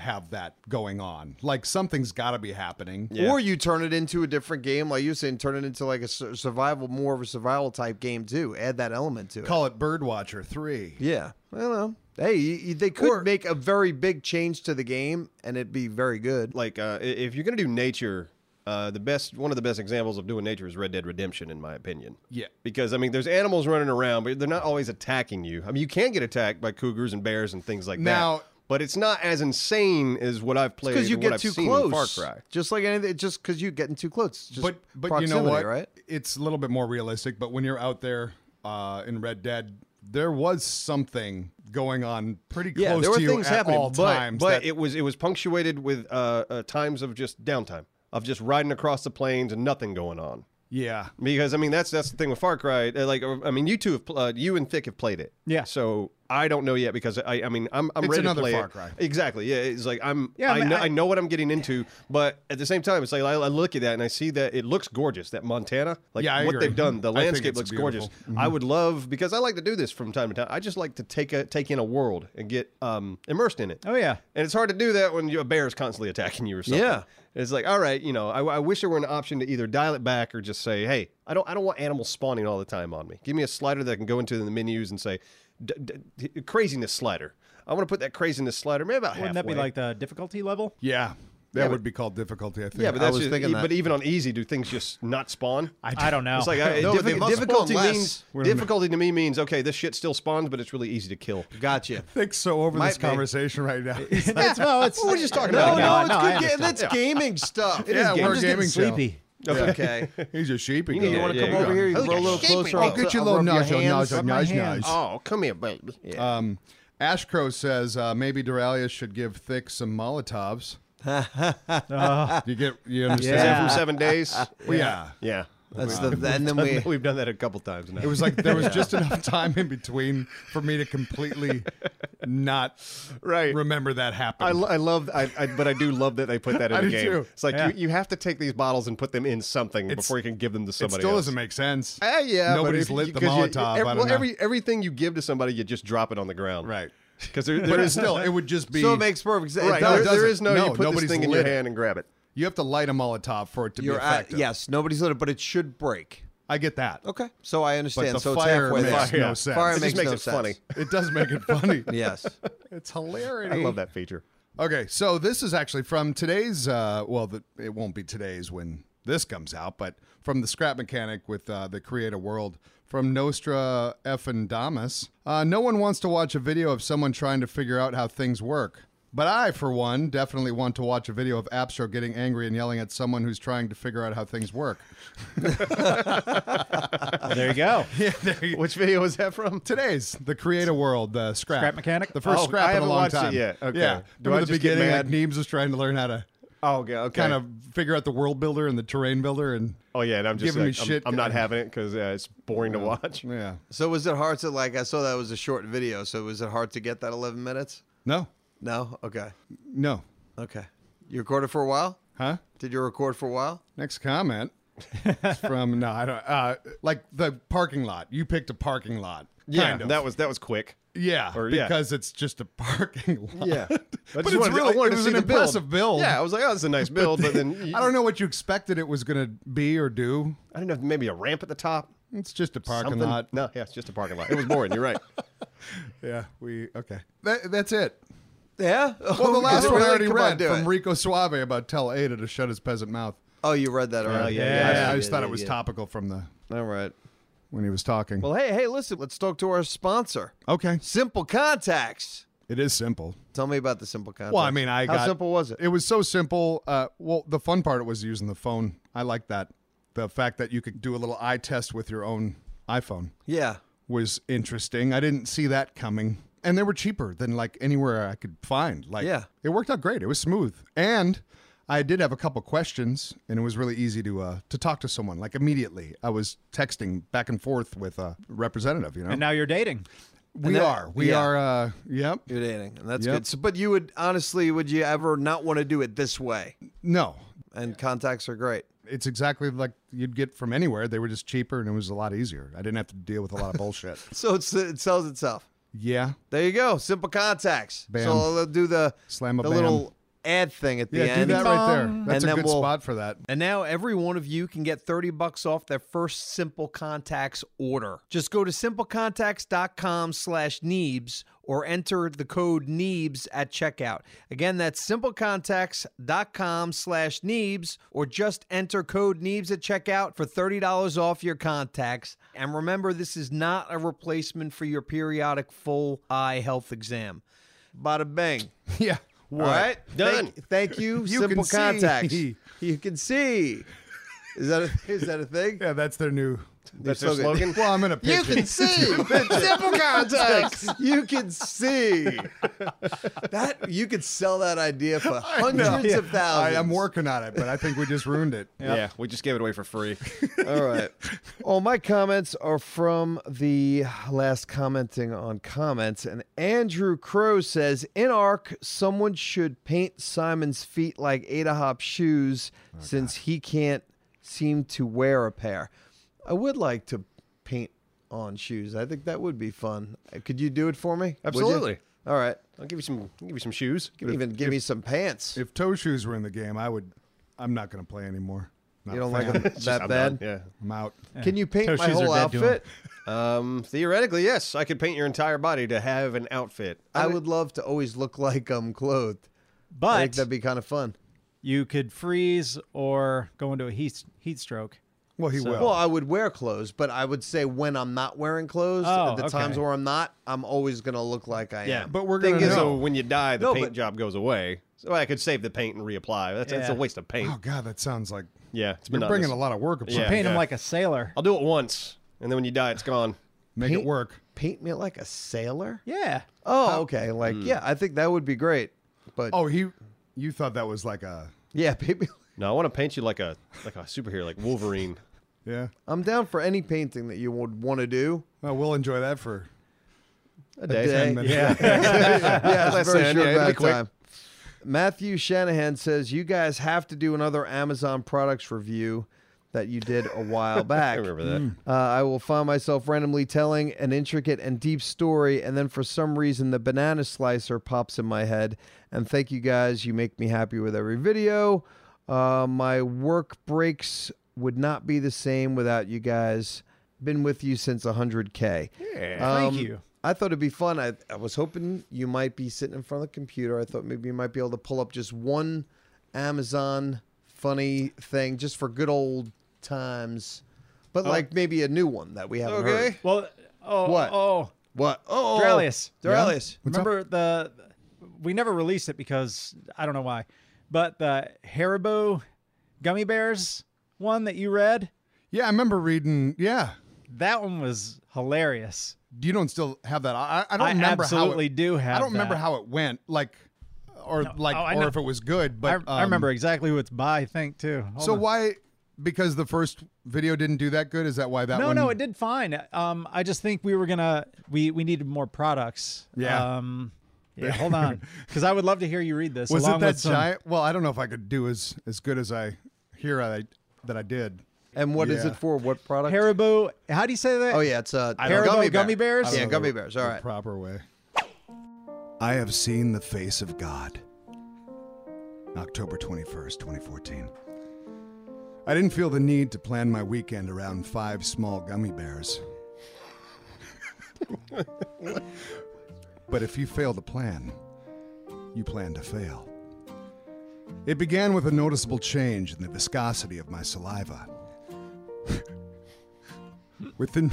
B: have that going on. Like something's got to be happening.
D: Yeah.
A: Or you turn it into a different game, like you said, turn it into like a sur- survival, more of a survival type game too. Add that element to it.
B: Call it Birdwatcher Three.
A: Yeah. Well, no. hey, you, you- they could make a very big change to the game, and it'd be very good.
D: like uh, i- if you're gonna do nature, uh, the best one of the best examples of doing nature is Red Dead Redemption, in my opinion.
B: Yeah.
D: because I mean, there's animals running around, but they're not always attacking you. I mean, you can get attacked by cougars and bears and things like
B: Now-
D: that. But it's not as insane as what I've played.
A: Because you
D: and
A: get
D: what
A: too
D: I've seen in
A: close,
D: Far Cry.
A: just like anything. Just because you getting too close, It's just
B: but but you
A: proximity,
B: know what?
A: right?
B: It's a little bit more realistic. But when you're out there uh, in Red Dead, there was something going on pretty close
D: Yeah, there were
B: to you
D: things
B: at
D: happening,
B: all
D: but,
B: times.
D: but
B: that-
D: it was it was punctuated with uh, uh, times of just downtime of just riding across the plains and nothing going on.
B: yeah,
D: Because I mean, that's that's the thing with Far Cry. uh, Like, uh, I mean, you two have pl- uh, you and Thick have played it.
C: Yeah.
D: So I don't know yet because I I mean I'm I'm
B: It's
D: ready to
B: another
D: play
B: Far
D: it.
B: Cry.
D: Exactly. Yeah. It's like I'm
C: Yeah,
D: I,
C: but
D: know,
C: I-
D: I know what I'm getting into, but at the same time, it's like I, I look at that and I see that it looks gorgeous. That Montana, like
B: Yeah, I
D: what
B: agree.
D: they've done, the
B: I think
D: landscape
B: it's
D: looks
B: beautiful. Mm-hmm.
D: gorgeous. I would love because I like to do this from time to time. I just like to take a take in a world and get um immersed in it.
C: Oh, yeah.
D: And it's hard to do that when you, a bear is constantly attacking you or something.
A: Yeah.
D: It's like, all right, you know, I, I wish there were an option to either dial it back or just say, hey, I don't, I don't want animals spawning all the time on me. Give me a slider that I can go into the menus and say, d- d- d- craziness slider. I want to put that craziness slider maybe about
C: wouldn't that be
D: halfway.
C: like the difficulty level?
B: yeah, that would be called difficulty. I think.
D: Yeah, but that's
A: was
D: just,
A: thinking
D: e-
A: that.
D: but even on easy, do things just not spawn?
C: I, don't know.
D: It's like I,
A: No,
D: diffi-
A: they must spawn
D: difficulty
A: less.
D: means difficulty to me means okay, this shit still spawns, but it's really easy to kill.
A: Gotcha.
B: Thick's so over this
A: Might be.
B: conversation right now.
C: That's- well, it's-
D: We're just talking
A: No,
D: about
A: no,
D: it.
C: I-
A: it's
C: no,
A: good.
C: I
A: Ga-
C: understand.
A: that's gaming stuff.
B: Yeah,
A: it is
B: we're
C: I'm just getting
B: gaming show.
C: sleepy.
A: okay.
B: He's a sheep.
D: You need-
B: again.
D: wanna
A: Come
D: Yeah,
A: over
D: yeah.
A: here, you
D: Okay.
A: roll a little
D: Shake me.
A: closer.
D: Oh,
A: I'll
B: get
A: t-
B: your
A: I'll rub
B: little
A: your
B: nacho,
A: hands.
B: nacho,
C: Rub my
B: nacho,
C: hands.
B: nacho.
D: Oh, come here, baby.
B: Um, Ashcrow says uh, maybe Duralia should give Thick some Molotovs.
C: Oh,
B: you get you understand?
D: Is that
C: Yeah.
D: from seven days?
B: Well, yeah.
D: yeah.
A: That's the and then we
D: We've done that a couple times now.
B: It was like there was just enough time in between for me to completely not
D: Right.
B: remember that happened.
D: I, lo- I love, I, I, but I do love that they put that in
B: I
D: the
B: do
D: game.
B: too.
D: It's like
C: Yeah.
D: you, you have to take these bottles and put them in something before you can give them to
B: it
D: somebody.
B: still
D: else.
B: doesn't make sense.
D: Ah, yeah, but
B: nobody's
D: if-
B: lit the
D: 'cause you-
B: Molotov.
D: ev-
B: I don't
D: well,
B: know.
D: every everything you give to somebody, you just drop it on the ground,
B: right,
D: Because there,
B: but
D: there
B: it's
D: is
B: still
D: no,
B: it would just be
A: so it makes perfect sense.
D: right.
B: no,
D: there-
B: it
D: there
B: doesn't.
D: is no,
B: No,
D: you put this
B: nobody's
D: thing in your
B: lit it.
D: hand and grab it.
B: you have to light a Molotov for it to
A: You're
B: be
A: at,
B: effective.
A: yes, nobody's lit it, but it should break.
B: I get that.
A: Okay, so I
B: but
A: understand.
B: the
A: so it's
B: fire
A: halfway
B: makes
A: there.
D: Fire, yeah.
B: no sense.
A: Fire
D: It
A: makes
D: just makes
A: no
D: it
A: sense.
D: funny.
B: It does make it funny.
A: Yes,
B: It's hilarity.
D: I love that feature.
B: Okay, so this is actually from today's. Uh, well, the, it won't be today's when this comes out, but from the scrap mechanic with uh, the Create a World from Nostra Effindamus. Uh, no one wants to watch a video of someone trying to figure out how things work. But I, for one, definitely want to watch a video of Abstro getting angry and yelling at someone who's trying to figure out how things work.
C: There you go.
D: Which video was that from?
B: Today's the Create a World, the scrap,
C: Scrap mechanic?
B: the first
D: Oh,
B: scrap
D: I
B: in a
D: haven't
B: long
D: watched it
B: time.
D: yet. Okay.
B: yeah.
D: Do
B: Remember
D: I
B: the
D: just get
B: beginning, like
D: mad?
B: Neebs was trying to learn how to
D: Oh, okay, okay.
B: kind of figure out the world builder and the terrain builder and
D: Oh yeah, and I'm just
B: giving me
D: like, I'm-
B: shit.
D: I'm, not having it because uh, it's boring to watch.
B: yeah
A: So was it hard to like? I saw that was a short video. So was it hard to get that 11 minutes?
B: no
A: No. Okay.
B: no
A: Okay. You recorded for a while.
B: huh
A: Did you record for a while?
B: next comment It's from no i don't uh like the parking lot you picked a parking lot
D: Yeah,
B: kind of.
D: that was that was quick.
B: yeah
D: or- yeah.
B: because it's just a parking lot
D: I
B: but
D: just
B: it's
D: wanted to- I
B: really
D: wanted
B: it
D: to
B: was
D: see
B: an
D: the build.
B: impressive build,
D: Yeah, I was like, oh, it's a nice build, but then
B: i don't know what you expected it was gonna be or do
D: I don't know, maybe a ramp at the top.
B: it's just a parking
D: something.
B: lot
D: No, yeah, it's just a parking lot. It was boring. You're right.
B: yeah we okay that, that's it
A: Yeah.
B: well the last one i already read
A: do
B: from
A: it.
B: rico suave about tell ada to shut his peasant mouth
A: oh, you read that already.
D: yeah,
B: I-
D: yeah,
B: I, just thought
A: yeah,
B: it was
A: yeah.
B: topical from the
A: All right.
B: when he was talking.
A: Well, hey, hey, listen. Let's talk to our sponsor,
B: okay,
A: Simple Contacts.
B: it is simple.
A: Tell me about the Simple Contacts.
B: Well, I mean, I
A: how
B: got-
A: simple was it?
B: It was so simple. Uh, well, the fun part was using the phone. I like that. The fact that you could do a little eye test with your own iPhone
A: Yeah.
B: was interesting. I didn't see that coming. And they were cheaper than like anywhere I could find. Like,
A: Yeah.
B: it worked out great. It was smooth, and I did have a couple questions, and it was really easy to uh, to talk to someone like immediately. I was texting back and forth with a representative. You know,
C: And now you're dating.
B: we
A: that-
B: are, we
A: yeah.
B: are. Uh, yep.
A: You're dating, and that's
B: Yep.
A: good. So, but you would honestly, would you ever not want to do it this way?
B: No,
A: And contacts are great.
B: it's exactly like you'd get from anywhere. They were just cheaper and it was a lot easier. I didn't have to deal with a lot of bullshit.
A: So it's, it sells itself.
B: Yeah.
A: There you go. Simple contacts.
B: Bam.
A: So I'll do the
B: Slam a
A: the
B: bam.
A: little ad thing at the
B: Yeah, do
A: end.
B: that right there.
A: Bong.
B: That's
A: And
B: a
A: then
B: good
A: we'll-
B: spot for that.
A: And now every one of you can get 30 bucks off their first Simple Contacts order. Just go to simplecontacts.com slash Neebs or enter the code Neebs at checkout. Again, that's simplecontacts.com slash Neebs or just enter code Neebs at checkout for $30 off your contacts. And remember, this is not a replacement for your periodic full eye health exam. Bada bang.
B: Yeah.
A: All right,
D: Done.
A: Thank, thank you,
B: You
A: Simple
B: can see.
A: Contacts. You can see. Is that a, is that a thing?
B: Yeah, that's their new.
D: That's their
A: so good.
D: slogan.
B: Well, I'm going to
A: You
B: pitch
A: can
B: it.
A: see. Simple Contacts. You can see. That you could sell that idea for hundreds of
B: I,
A: thousands.
B: I'm working on it, but I think we just ruined it.
D: Yeah, we just gave it away for free.
A: All right. All my comments are from the last commenting on comments. And Andrew Crow says In Arc, someone should paint Simon's feet like Ada Hop's shoes since he can't seem to wear a pair. I would like to paint on shoes. I think that would be fun. Uh, Could you do it for me? Would you?
D: Absolutely.
A: All right.
D: I'll give you some. I'll give you some shoes.
A: Even give me some pants.
B: If toe shoes were in the game, I would. I'm not going to play anymore. Not
A: You don't
B: a
A: like
B: fan.
A: them
D: It's just-
A: that
D: I'm
A: bad?
D: done. Yeah.
B: I'm out.
A: Can you paint
C: Toe
A: my
C: shoes are
A: whole
C: dead to 'em.
A: outfit?
D: Um, theoretically, yes, I could paint your entire body to have an outfit.
A: I would love to always look like I'm clothed. I think
C: But
A: that'd be kind of fun.
C: you could freeze or go into a heat heat stroke.
B: Well, he will.
A: Well, I would wear clothes, but I would say when I'm not wearing clothes,
C: Oh,
A: at the
C: okay.
A: times where I'm not, I'm always gonna look like I
D: Yeah,
A: am.
B: but we're
D: Thing
B: going to
D: is,
B: know.
D: though, when you die, the
A: No,
D: paint
A: but-
D: job goes away. So I could save the paint and reapply. That's, that's a
C: Yeah.
D: waste of paint.
B: oh, God, that sounds like.
D: Yeah, it's
B: You're
D: monotonous.
B: bringing a lot of work upon
D: Yeah. Oh.
B: it.
C: Paint him like a sailor.
D: I'll do it once, and then when you die, it's gone.
B: Make it
A: Paint-
B: work.
A: Paint me like a sailor?
C: Yeah.
A: Oh, okay. Like, yeah, I think that would be great. But
B: Oh, he. You thought that was like a.
A: yeah, baby,
D: No, I want to paint you like a like a superhero, like Wolverine.
B: Yeah.
A: I'm down for any painting that you would want to do.
B: Well, we'll enjoy that for
D: A
A: A
D: day.
A: day.
B: minutes.
A: Yeah, yeah, it's a very
E: Listen,
A: short
E: yeah, it'll
A: amount
E: be
A: of
E: quick.
A: time. Matthew Shanahan says you guys have to do another Amazon products review that you did a while back.
D: I remember that.
B: Mm.
A: Uh, I will find myself randomly telling an intricate and deep story, and then for some reason, the banana slicer pops in my head. And thank you guys. You make me happy with every video. Uh, my work breaks would not be the same without you guys. Been with you since 100K.
C: Thank
A: Um,
C: you.
A: I thought it'd be fun. I, I was hoping you might be sitting in front of the computer. I thought maybe you might be able to pull up just one Amazon funny thing just for good old times, but like maybe a new one that we haven't heard.
D: Okay.
C: Well, oh,
A: What?
C: Oh,
A: What? Oh,
C: Duralius.
A: Duralius.
C: remember the? We never released it because I don't know why, but the Haribo gummy bears one that you read,
B: Yeah, I remember reading. Yeah,
C: that one was hilarious.
B: you don't still have that. I, I don't
C: I
B: remember
C: absolutely
B: how. It,
C: do have.
B: I don't remember
C: that.
B: how it went. Like, or like,
C: oh, I
B: or
C: know.
B: if it was good. But
C: I, I
B: um,
C: remember exactly who it's by. I think too. Hold
B: So
C: on.
B: why? Because the first video didn't do that good. Is that why that
C: No,
B: one?
C: no, it did fine. Um, I just think we were gonna we we needed more products.
B: Yeah.
C: Um, yeah. Hold on, because I would love to hear you read this.
B: Was
C: along
B: it that
C: with some-
B: giant? Well, I don't know if I could do as as good as I hear I that I did.
A: And what is
B: Yeah.
A: it for? What product?
C: Haribo? How do you say that?
A: oh yeah, it's uh,
C: don't know.
A: gummy,
C: Gummy
A: bear.
C: bears?
A: Yeah, gummy bears. All
B: the
A: right.
B: proper way. I have seen the face of God. October 21st, 2014. I didn't feel the need to plan my weekend around five small gummy bears. but if you fail to plan, you plan to fail. It began with a noticeable change in the viscosity of my saliva. Within.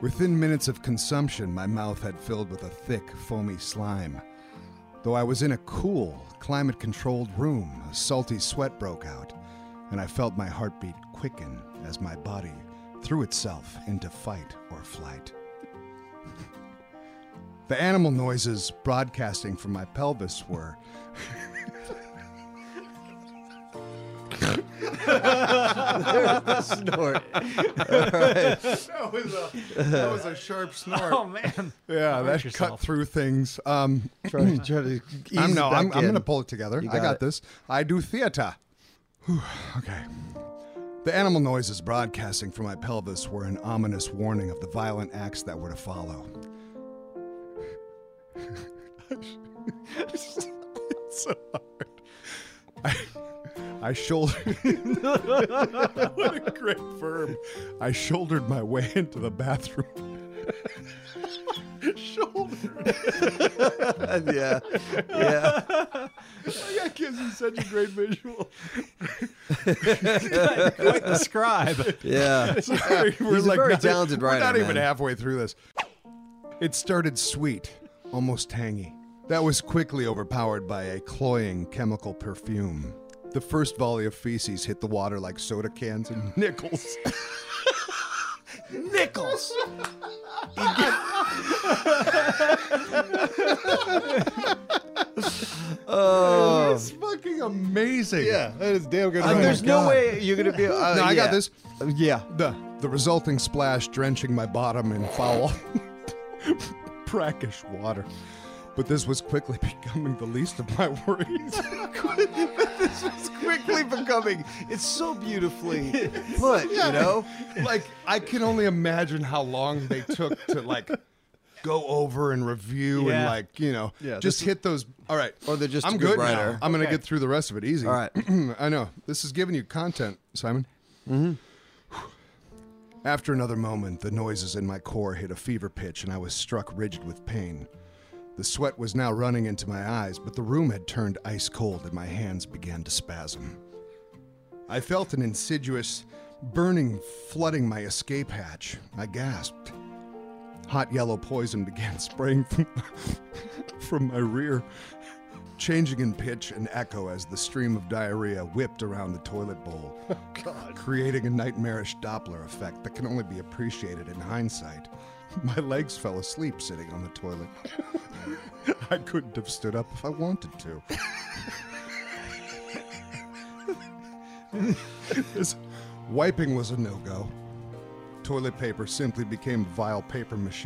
B: Within minutes of consumption, my mouth had filled with a thick, foamy slime. Though I was in a cool, climate controlled room, a salty sweat broke out, and I felt my heartbeat quicken as my body threw itself into fight or flight. The animal noises broadcasting from my pelvis were.
A: Snort.
B: That was a, that was a sharp snort.
C: Oh man.
B: yeah, that cut
C: yourself.
B: through things. Um,
A: try, to- try to ease
B: I'm no,
A: it back
B: I'm, I'm
A: in.
B: gonna pull it together.
A: You
B: I
A: got
B: got
A: it.
B: this. I do theater. Whew, okay. The animal noises broadcasting from my pelvis were an ominous warning of the violent acts that were to follow. it's so hard. I, I shouldered. what a great verb. I shouldered my way into the bathroom. shouldered.
A: yeah, yeah.
B: That gives you such a great visual.
C: Quite the scribe.
A: Yeah.
B: Sorry, we're
A: He's a very talented
B: We're
A: writer,
B: not even
A: man.
B: halfway through this. It started sweet, almost tangy. That was quickly overpowered by a cloying chemical perfume. The first volley of feces hit the water like soda cans and nickels. nickels. oh, it's fucking amazing. Yeah, that is damn good.
A: Uh, there's no way you're gonna be. Uh,
B: No, I
A: yeah.
B: got this.
A: Yeah.
B: The the resulting splash drenching my bottom in foul, brackish water. But this was quickly becoming the least of my worries.
A: this is quickly becoming. It's so beautifully put, you know.
B: like I can only imagine how long they took to like go over and review and
C: Yeah.
B: like you know
A: Yeah,
B: just
A: this
B: hit those. All right,
A: Or they're just a
B: I'm
A: good
B: now.
A: writer.
B: I'm gonna get through the rest of it easy.
A: All right.
B: I know this is giving you content, Simon.
A: Mm-hmm.
B: After another moment, the noises in my core hit a fever pitch and I was struck rigid with pain. The sweat was now running into my eyes, but the room had turned ice cold and my hands began to spasm. I felt an insidious burning flooding my escape hatch. I gasped. Hot yellow poison began spraying from, from my rear, changing in pitch and echo as the stream of diarrhea whipped around the toilet bowl, creating a nightmarish Doppler effect that can only be appreciated in hindsight. My legs fell asleep sitting on the toilet. I couldn't have stood up if I wanted to. This wiping was a no go. Toilet paper simply became vile paper mache.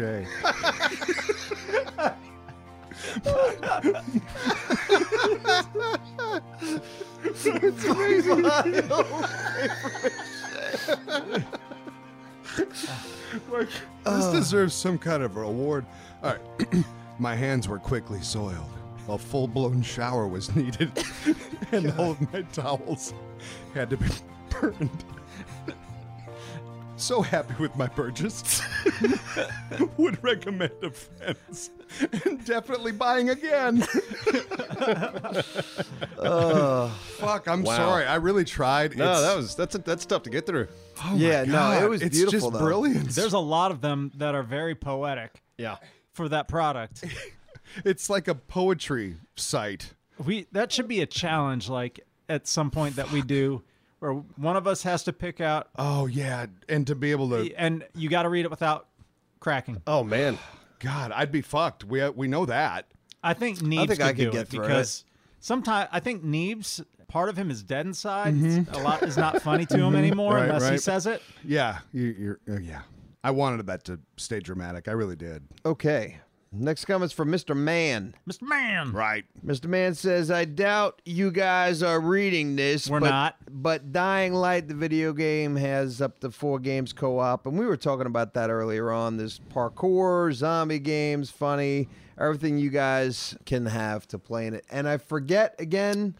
B: This
A: Oh.
B: deserves some kind of reward. All right. My hands were quickly soiled. A full blown shower was needed, and all of my towels had to be burned. So happy with my purchase. Would recommend to friends. And definitely buying again. Fuck, I'm sorry. I really tried.
D: No,
B: It's-
D: that was that's that's tough to get through.
B: oh my
A: Yeah, no, it
B: God,
A: was
B: it's
A: beautiful,
B: just
A: though.
B: brilliant.
C: There's a lot of them that are very poetic
D: Yeah.
C: for that product.
B: it's like a poetry site.
C: We that should be a challenge, like at some point that we do, where one of us has to pick out,
B: Oh yeah, and to be able to
C: and you got to read it without cracking.
D: Oh man.
B: God, I'd be fucked. We uh, we know that.
C: I think Neebs
A: think
C: could
A: I could
C: do
A: get
C: it
A: through it.
C: because sometimes I think Neebs part of him is dead inside.
A: Mm-hmm.
C: A lot is not funny to him anymore
B: Right,
C: unless he
B: right.
C: says it.
B: Yeah, you, you're uh, yeah. I wanted that to stay dramatic. I really did.
A: Okay. Next comment's from Mr. Man.
C: Mr. Man.
B: Right.
A: Mr. Man says, I doubt you guys are reading this.
C: We're
A: but,
C: not.
A: But Dying Light, the video game, has up to four games co op. And we were talking about that earlier on. There's parkour, zombie games, funny, everything you guys can have to play in it. And I forget again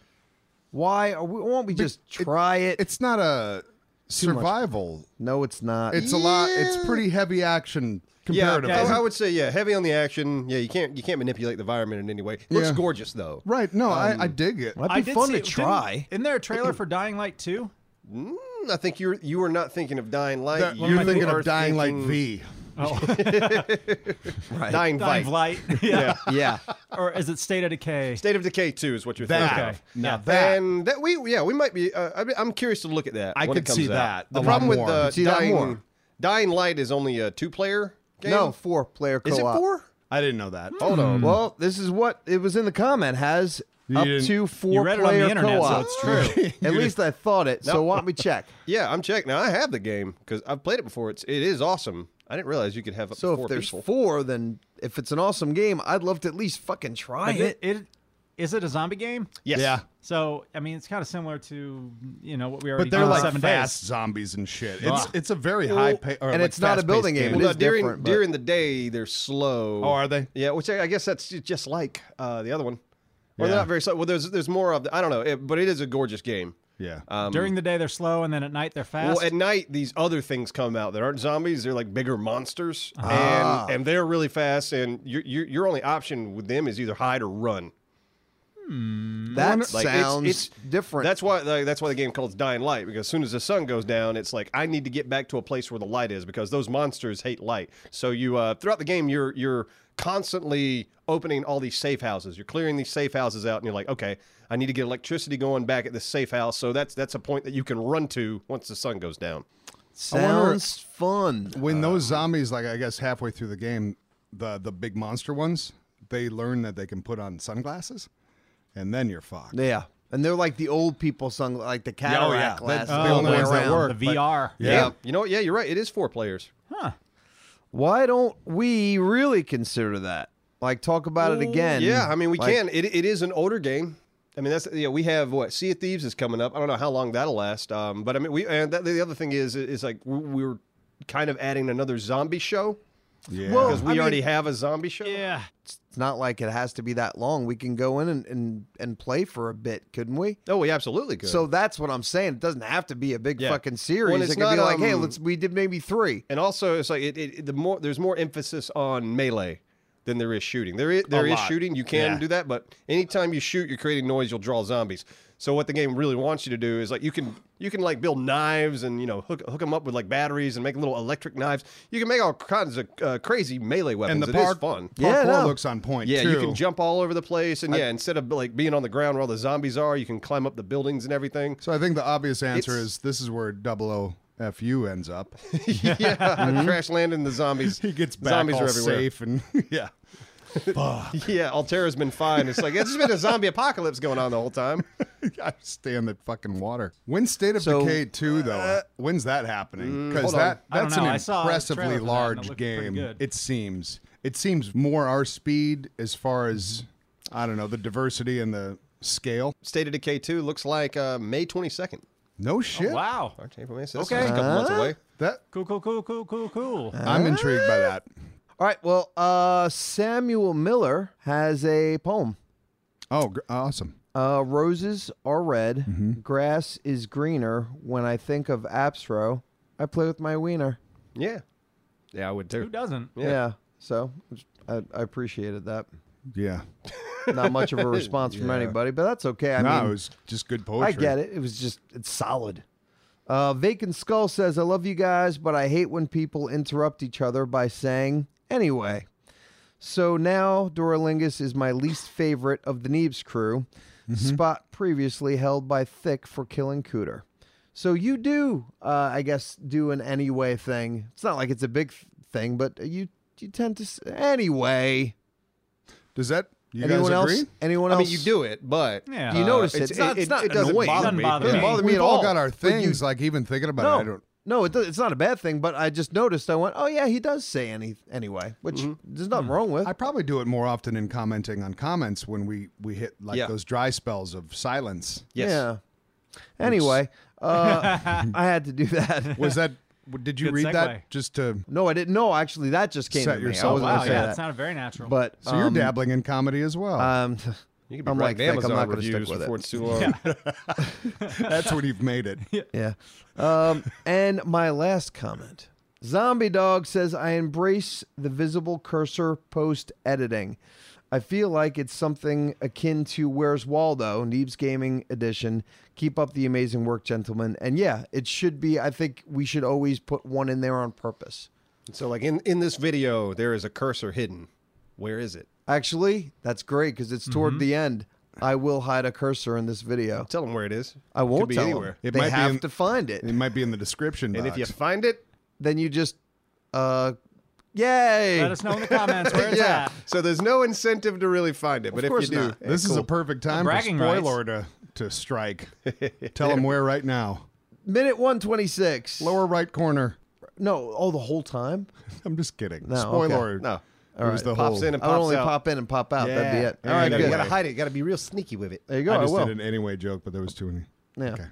A: why. Or we, won't we just try it?
B: It's not a survival.
A: no, it's not.
B: It's a lot. It's pretty heavy action
D: Yeah,
B: comparatively.
D: I, I would say yeah, heavy on the action. Yeah, you can't you can't manipulate the environment in any way. looks
B: Yeah.
D: gorgeous though.
B: Right. No, Um, I, I dig it.
A: Might be fun to
C: didn't-
A: try.
C: Isn't there a trailer for Dying Light 2?
D: Mm, I think you're you are not thinking of Dying Light.
B: That-
D: You
B: Uh, you're thinking
D: are
B: of Dying Light
D: thinking
B: V.
D: Dying,
C: Dying
D: Light.
C: Light. Yeah.
D: Yeah.
A: yeah.
C: Or is it State of Decay?
D: State of Decay 2 is what you're
B: That.
D: thinking
C: Okay.
D: of.
C: Now
B: that-
D: And that we yeah we might be. Uh, I mean, I'm curious to look at that.
B: I
D: when
B: could
D: it comes
B: see that
D: out. The
B: a lot
D: problem with
B: more.
D: the
A: Could see that
D: dying,
A: more.
D: dying light is only a two player game.
A: No, four player co op.
D: is it four? Hmm.
B: I didn't know that.
A: Hold on. Well, this is what it was in the comment has up
B: didn't-
A: to four
C: read it on the
A: player
C: internet, so
A: co-op.
C: it's
A: true. At least I thought it. So why don't we check?
D: Yeah, I'm checking. Now I have the game because I've played it before. It's it is awesome. I didn't realize you could have up
A: So
D: to four
A: if there's
D: people.
A: four, then if it's an awesome game, I'd love to at least fucking try
C: Is
A: it.
C: it, it, is it a zombie game?
D: yes.
B: Yeah.
C: So, I mean, it's kind of similar to, you know, what we already
B: But they're
C: did on
B: like
C: seven
B: fast
C: days.
B: zombies and shit. It's it's a very high pay. Or
A: and
B: like
A: it's not a
B: fast-paced
A: building game. It
D: Well,
A: is
D: during
A: different, but-
D: during the day they're slow.
B: Oh, are they?
D: Yeah, which I, I guess that's just like uh, the other one.
B: Yeah.
D: Well, they're not very slow. Well, there's there's more of the, I don't know, it, but it is a gorgeous game.
B: Yeah.
C: During the day, they're slow, and then at night, they're fast.
D: Well, at night these other things come out that aren't zombies. They're like bigger monsters,
A: Ah.
D: and and they're really fast. And your your your only option with them is either hide or run.
A: that
D: Like, it's-
A: sounds
D: it's-
A: different.
D: That's why like, that's why the game called Dying Light because as soon as the sun goes down, it's like I need to get back to a place where the light is because those monsters hate light. So you uh, throughout the game you're you're constantly opening all these safe houses. You're clearing these safe houses out, and you're like, okay, I need to get electricity going back at this safe house. So that's that's a point that you can run to once the sun goes down.
B: wonder-
A: sounds fun.
B: when those zombies, like I guess halfway through the game, the the big monster ones, they learn that they can put on sunglasses, and then you're fucked.
A: Yeah. And they're like the old people sung like the cataract
B: yeah.
A: glasses.
B: That's the
A: all
B: only
A: way
B: ones that
A: around.
B: work.
C: Oh, the VR.
D: Yeah, you know what? Yeah, you're right. It is four players.
A: Why don't we really consider that? Like talk about it again.
D: Yeah, I mean we
A: Like,
D: can. It, it is an older game. I mean that's yeah. We have what Sea of Thieves is coming up. I don't know how long that'll last. Um, but I mean we and that, the other thing is is like we, we were kind of adding another zombie show
B: Yeah.
D: because we already have a zombie show.
C: Yeah.
A: It's not like it has to be that long. We can go in and, and, and play for a bit, couldn't we?
D: Oh, we absolutely could.
A: So that's what I'm saying. It doesn't have to be a big
D: Yeah.
A: fucking series.
D: Well, and
A: it
D: it's
A: could be
D: not,
A: like, hey,
D: um,
A: let's we did maybe three.
D: and also it's like it, it the more there's more emphasis on melee than there is shooting. There is there is
B: lot.
D: shooting. You can do that, but anytime you shoot, you're creating noise. You'll draw zombies. So what the game really wants you to do is like you can you can like build knives and you know hook hook them up with like batteries and make little electric knives. You can make all kinds of uh, crazy melee
B: and
D: weapons.
B: the
D: It
B: park
D: is fun.
A: Yeah,
B: Parkour
A: no.
B: looks on point.
D: Yeah,
B: too.
D: you can jump all over the place, and yeah, instead of like being on the ground where all the zombies are, you can climb up the buildings and everything.
B: So I think the obvious answer
D: It's-
B: is this is where Double O fu ends up.
D: yeah, crash landing the zombies.
B: Mm-hmm. He gets back
D: zombies
B: all
D: are everywhere.
B: safe and yeah.
D: Yeah, Altera's been fine. It's like it's just been a zombie apocalypse going on the whole time.
B: I stay in that fucking water. When's State of
A: So,
B: Decay 2, though?
C: uh,
B: When's that happening? Because
D: hold on.
B: that,
C: Mm, I don't
B: that's
C: know.
B: an
C: I saw a trailer for that,
B: impressively
C: and it
B: large
C: looked pretty
B: game.
C: good.
B: It seems. It seems more our speed as far as,
C: Mm-hmm.
B: I don't know, the diversity and the scale.
D: State of Decay Two looks like uh, May twenty second.
B: No shit.
C: Oh, Wow.
D: March, April, May. So that's
C: Okay.
D: just a couple months away.
B: That
C: Cool, cool, cool, cool, cool, cool.
B: I'm intrigued
C: Ah.
B: by that.
A: All right. Well, uh, Samuel Miller has a poem.
B: Oh, gr- awesome.
A: Uh, roses are red,
D: Mm-hmm.
A: grass is greener. When I think of Absro, I play with my wiener.
D: Yeah, yeah, I would
C: Who
D: too.
C: doesn't?
A: Yeah. so I, I appreciated that.
B: Yeah.
A: Not much of a response from anybody, but that's okay. I
B: no,
A: mean,
B: it was just good poetry.
A: I get it. It was just it's solid. Uh, Vacant Skull says, "I love you guys, but I hate when people interrupt each other by saying anyway." So now Doralingus is my least favorite of the Neebs crew.
D: Mm-hmm.
A: Spot previously held by Thick for killing Cooter. So you do, uh, I guess, do an anyway thing. It's not like it's a big th- thing, but you you tend to s anyway.
B: Does that, you
A: anyone
B: guys
A: else?
B: agree?
A: Anyone
D: I
A: else?
D: mean, you do it, but
C: Yeah.
A: Do you notice
D: it's
A: it? It-
D: not- it's
A: it-
D: not
A: it doesn't
D: annoying.
A: bother
C: Doesn't
A: me.
C: bother
A: Doesn't
C: me.
A: bother me
B: We've
A: at
B: all
A: all.
B: got our
A: But you-
B: things, like even thinking about it. I don't.
A: no, it, do- it's not a bad thing, but I just noticed. I went, oh yeah, he does say any anyway, which
B: Mm-hmm.
A: there's nothing wrong with.
B: I probably do it more often in commenting on comments when we we hit like
D: Yeah.
B: those dry spells of silence.
D: yes.
A: Yeah. Anyway, uh, I had to do that.
B: Was that? Did you
C: Good
B: read
C: segue.
B: that? Just to
A: No, I didn't. No, actually, that just came
B: Set
A: to me. I
B: yourself
A: wasn't
B: up.
A: gonna
C: Wow,
A: say
C: yeah,
A: that.
C: it's not a very natural.
A: But
B: so you're
A: um,
B: dabbling in comedy as well.
A: Um,
D: You could be
A: I'm
D: like
A: like,
D: Amazon
A: Thick, I'm not going to
D: reviews
A: stick with
D: before
A: it.
D: it's too long.
B: That's when you've made it.
A: Yeah. Um, and my last comment Zombie Dog says, I embrace the visible cursor post editing. I feel like it's something akin to Where's Waldo, Neebs Gaming Edition. Keep up the amazing work, gentlemen. And yeah, it should be. I think we should always put one in there on purpose.
D: So, like in in this video, there is a cursor hidden. Where is it?
A: Actually, that's great because it's
B: Mm-hmm.
A: toward the end. I will hide a cursor in this video.
D: Tell them where it is.
A: I won't
D: Could be
A: tell 'em.
D: anywhere.
B: It
A: they
B: might be
A: have
B: in-
A: to find it.
B: It might be in the description box.
D: And if you find it,
A: Then you just, uh, yay!
C: Let us know in the comments where it's
D: yeah.
C: at.
D: So there's no incentive to really find it, but if you
A: course
D: do,
A: not.
D: hey,
B: this is
D: eh, cool.
B: a perfect time for
C: bragging rights.
B: spoiler to to strike. Tell them where right now.
A: Minute 126.
B: Lower right corner.
A: No, oh, the whole time?
B: I'm just kidding.
A: No,
B: spoiler.
D: no.
B: It was the
D: Pops
B: whole.
D: in and
A: I would
D: pops
A: only
D: out.
A: pop in and pop out. That'd be it.
B: Yeah.
A: All right,
B: Yeah,
A: good.
B: you gotta
D: hide it. You gotta be real sneaky with it.
A: There you go.
B: I
A: I,
B: just
A: will.
B: did an anyway joke, but there was too many.
A: Yeah.
B: Okay.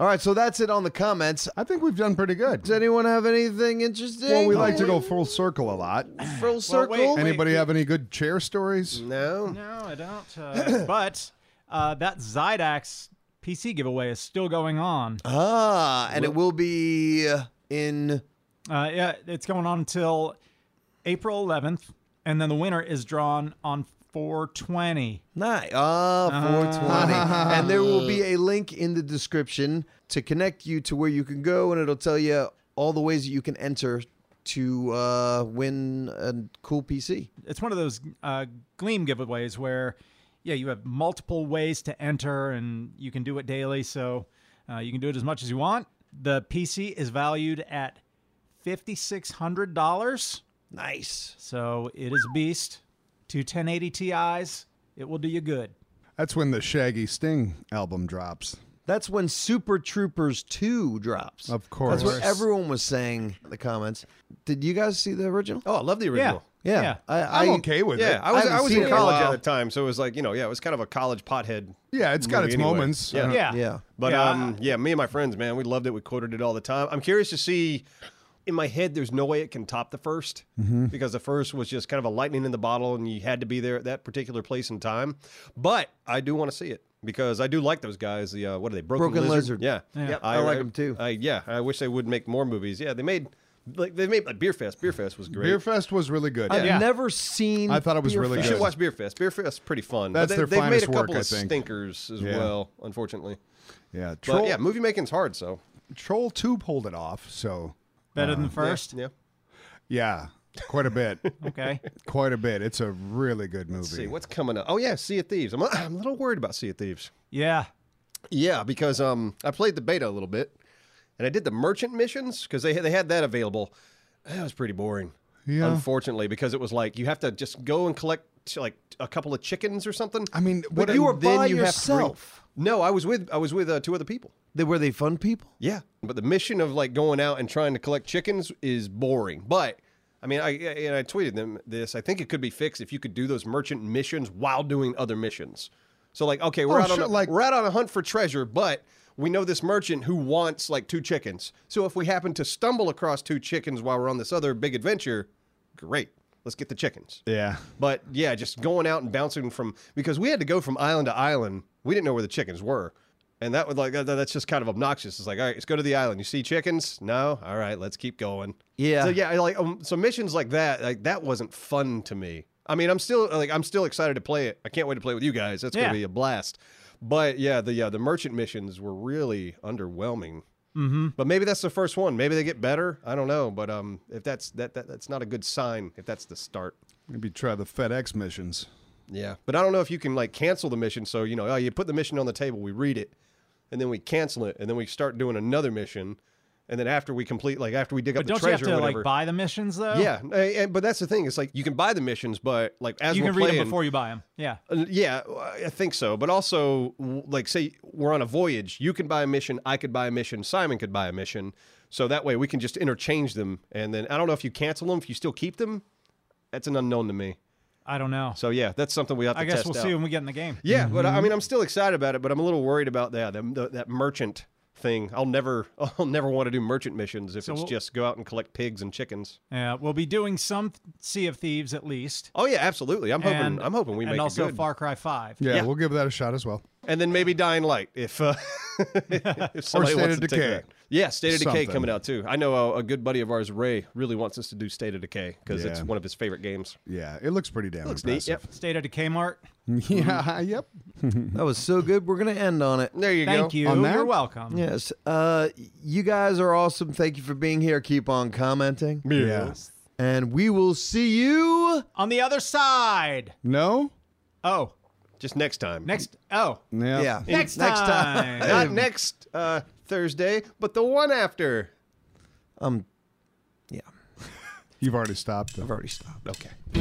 A: All right, so that's it on the comments.
B: I think we've done pretty good.
A: Does anyone have anything interesting?
B: Well, we like to go full circle a lot.
A: full circle.
C: wait, wait.
B: Anybody have any good chair stories?
D: No.
C: No, I don't. Uh, but uh, that Zydax PC giveaway is still going on.
A: Ah, and it will be uh, in.
C: Uh, yeah, it's going on until April 11th, and then the winner is drawn on 420.
A: Night. Ah, 420. and there will be a link in the description to connect you to where you can go, and it'll tell you all the ways that you can enter to uh, win a cool PC.
C: It's one of those uh, Gleam giveaways where, yeah, you have multiple ways to enter, and you can do it daily, so uh, you can do it as much as you want. The PC is valued at $5,600.
A: Nice.
C: So it is a beast. Two 1080 Ti's, it will do you good.
B: That's when the Shaggy Sting album drops.
A: That's when Super Troopers 2 drops.
B: Of course.
A: That's what everyone was saying in the comments. Did you guys see the original?
D: Oh, I love the
C: Yeah.
D: original.
A: yeah.
C: yeah.
A: I, uh, I,
B: I'm okay with
D: Yeah,
B: it.
D: I was
A: haven't
D: I, was
A: seen
D: in
A: it
D: college
A: in a
D: at
A: while.
D: the time, so it was like you know, yeah, it was kind of a college pothead.
B: yeah, it's got
D: movie
B: its
D: anyway.
B: moments.
D: Yeah.
B: Uh,
C: Yeah.
A: Yeah.
D: But
C: Yeah,
D: um, yeah, me and my friends, man, we loved it. We quoted it all the time. I'm curious to see. In my head, there's no way it can top the 1st
B: Mm-hmm.
D: because the first was just kind of a lightning in the bottle, and you had to be there at that particular place and time. But I do want to see it because I do like those guys. The uh, what are they? Broken,
A: Broken Lizard.
D: Yeah,
C: Yeah.
A: I like 'em too.
D: I, yeah, I wish they would make more movies. Yeah, they made like they made like Beer Fest. Beer Fest was great.
B: Beer Fest was really good.
A: I've
C: Yeah.
A: never seen.
B: I thought it was
A: Beer
B: really
D: you
A: Fest.
B: good.
D: should watch Beer Fest. Beer Fest's pretty fun.
B: That's
D: but they,
B: their
D: they've made
B: finest
D: a couple
B: work, I
D: of
B: think.
D: stinkers as
B: Yeah.
D: well, unfortunately.
B: Yeah,
D: But
B: Troll,
D: yeah, movie making's hard, so
B: Troll 2 pulled it off, so
C: Better
A: Uh-huh.
C: than the first?
D: yeah.
B: yeah, quite a bit.
C: Okay.
B: quite a bit. It's a really good movie.
D: see what's coming up. Oh yeah, Sea of Thieves. I'm, I'm a little worried about Sea of Thieves.
C: Yeah.
D: Yeah, because um, I played the beta a little bit, and I did the merchant missions because they they had that available. That was pretty boring.
B: Yeah.
D: Unfortunately, because it was like you have to just go and collect like a couple of chickens or something.
B: I mean,
A: But
B: what
A: you
B: a-
A: were
D: then
A: by
D: you have to re-
A: yourself.
D: no, I was with I was with uh, two other people.
A: They were they fun people?
D: Yeah, but the mission of like going out and trying to collect chickens is boring. But I mean, I I- and I tweeted them this. I think it could be fixed if you could do those merchant missions while doing other missions. So like, okay, we're
B: Oh,
D: out on
B: sure,
D: a,
B: like-
D: we're out on a hunt for treasure, but we know this merchant who wants like two chickens. So if we happen to stumble across two chickens while we're on this other big adventure, great. Let's get the chickens.
B: Yeah.
D: But yeah, just going out and bouncing from because we had to go from island to island. We didn't know where the chickens were, and that would like that, that's just kind of obnoxious. It's like, all right, let's go to the island. You see chickens? No. All right, let's keep going.
A: Yeah.
D: So yeah, I like um, so missions like that, like that wasn't fun to me. I mean, I'm still like I'm still excited to play it. I can't wait to play with you guys. That's
C: Yeah.
D: gonna be a blast. But yeah, the uh, the merchant missions were really underwhelming. Mm-hmm. But maybe that's the first one. Maybe they get better. I don't know. But um, if that's that, that that's not a good sign. If that's the start.
B: Maybe try the FedEx missions.
D: Yeah, but I don't know if you can like cancel the mission. So you know, oh, you put the mission on the table, we read it, and then we cancel it, and then we start doing another mission, and then after we complete, like after we dig
C: But
D: up the
C: don't you have
D: treasure
C: to
D: or
C: like
D: whatever.
C: buy the missions though?
D: yeah, and- and- but that's the thing. It's like you can buy the missions, but like as
C: You
D: we're
C: can read
D: playing-
C: them before you buy them. Yeah.
D: Uh, Yeah, I think so. But also, w- like, say we're on a voyage, you can buy a mission, I could buy a mission, Simon could buy a mission. So that way we can just interchange them. And then I don't know if you cancel them, if you still keep them. That's an unknown to me.
C: I don't know.
D: So yeah, that's something we have to
C: I guess
D: test
C: we'll
D: out.
C: see when we get in the game.
D: Yeah, but
C: Mm-hmm.
D: I I mean, I'm still excited about it, but I'm a little worried about that the, the, that merchant thing. I'll never, I'll never want to do merchant missions if it's
C: we'll-
D: just go out and collect pigs and chickens.
C: Yeah, we'll be doing some Sea of Thieves at least.
D: Oh yeah, absolutely. I'm hoping,
C: and,
D: I'm hoping we
C: and
D: make
C: also
D: it good.
C: Far Cry Five.
B: Yeah,
D: Yeah.
B: we'll give that a shot as well.
D: and then maybe Dying Light if uh, if somebody
B: State
D: wants
B: of
D: to
B: Decay.
D: take that. Yeah, State of Decay
B: Something.
D: coming out too. I know uh, a, a good buddy of ours, Ray, really wants us to do State of Decay because it's
B: Yeah.
D: one of his favorite games.
B: Yeah, it looks pretty damn
D: Looks neat.
B: impressive.
D: Yep.
C: State of Decay Mart.
B: Yeah, yep. Mm-hmm.
A: That was so good. We're gonna end on it.
D: There you
C: Thank
D: go.
C: you.
B: On that?
C: You're welcome.
A: Yes. Uh, you guys are awesome. Thank you for being here. Keep on commenting,
B: Yeah.
A: and we will see you.
C: On the other side.
B: No?
C: Oh,
D: Just next time.
C: next. Oh,
B: Yeah.
A: Yeah.
C: next time.
A: Next time.
D: Not next uh, Thursday, but the one after.
A: Um. Yeah.
B: You've already stopped.
A: I've already stopped.
D: Okay.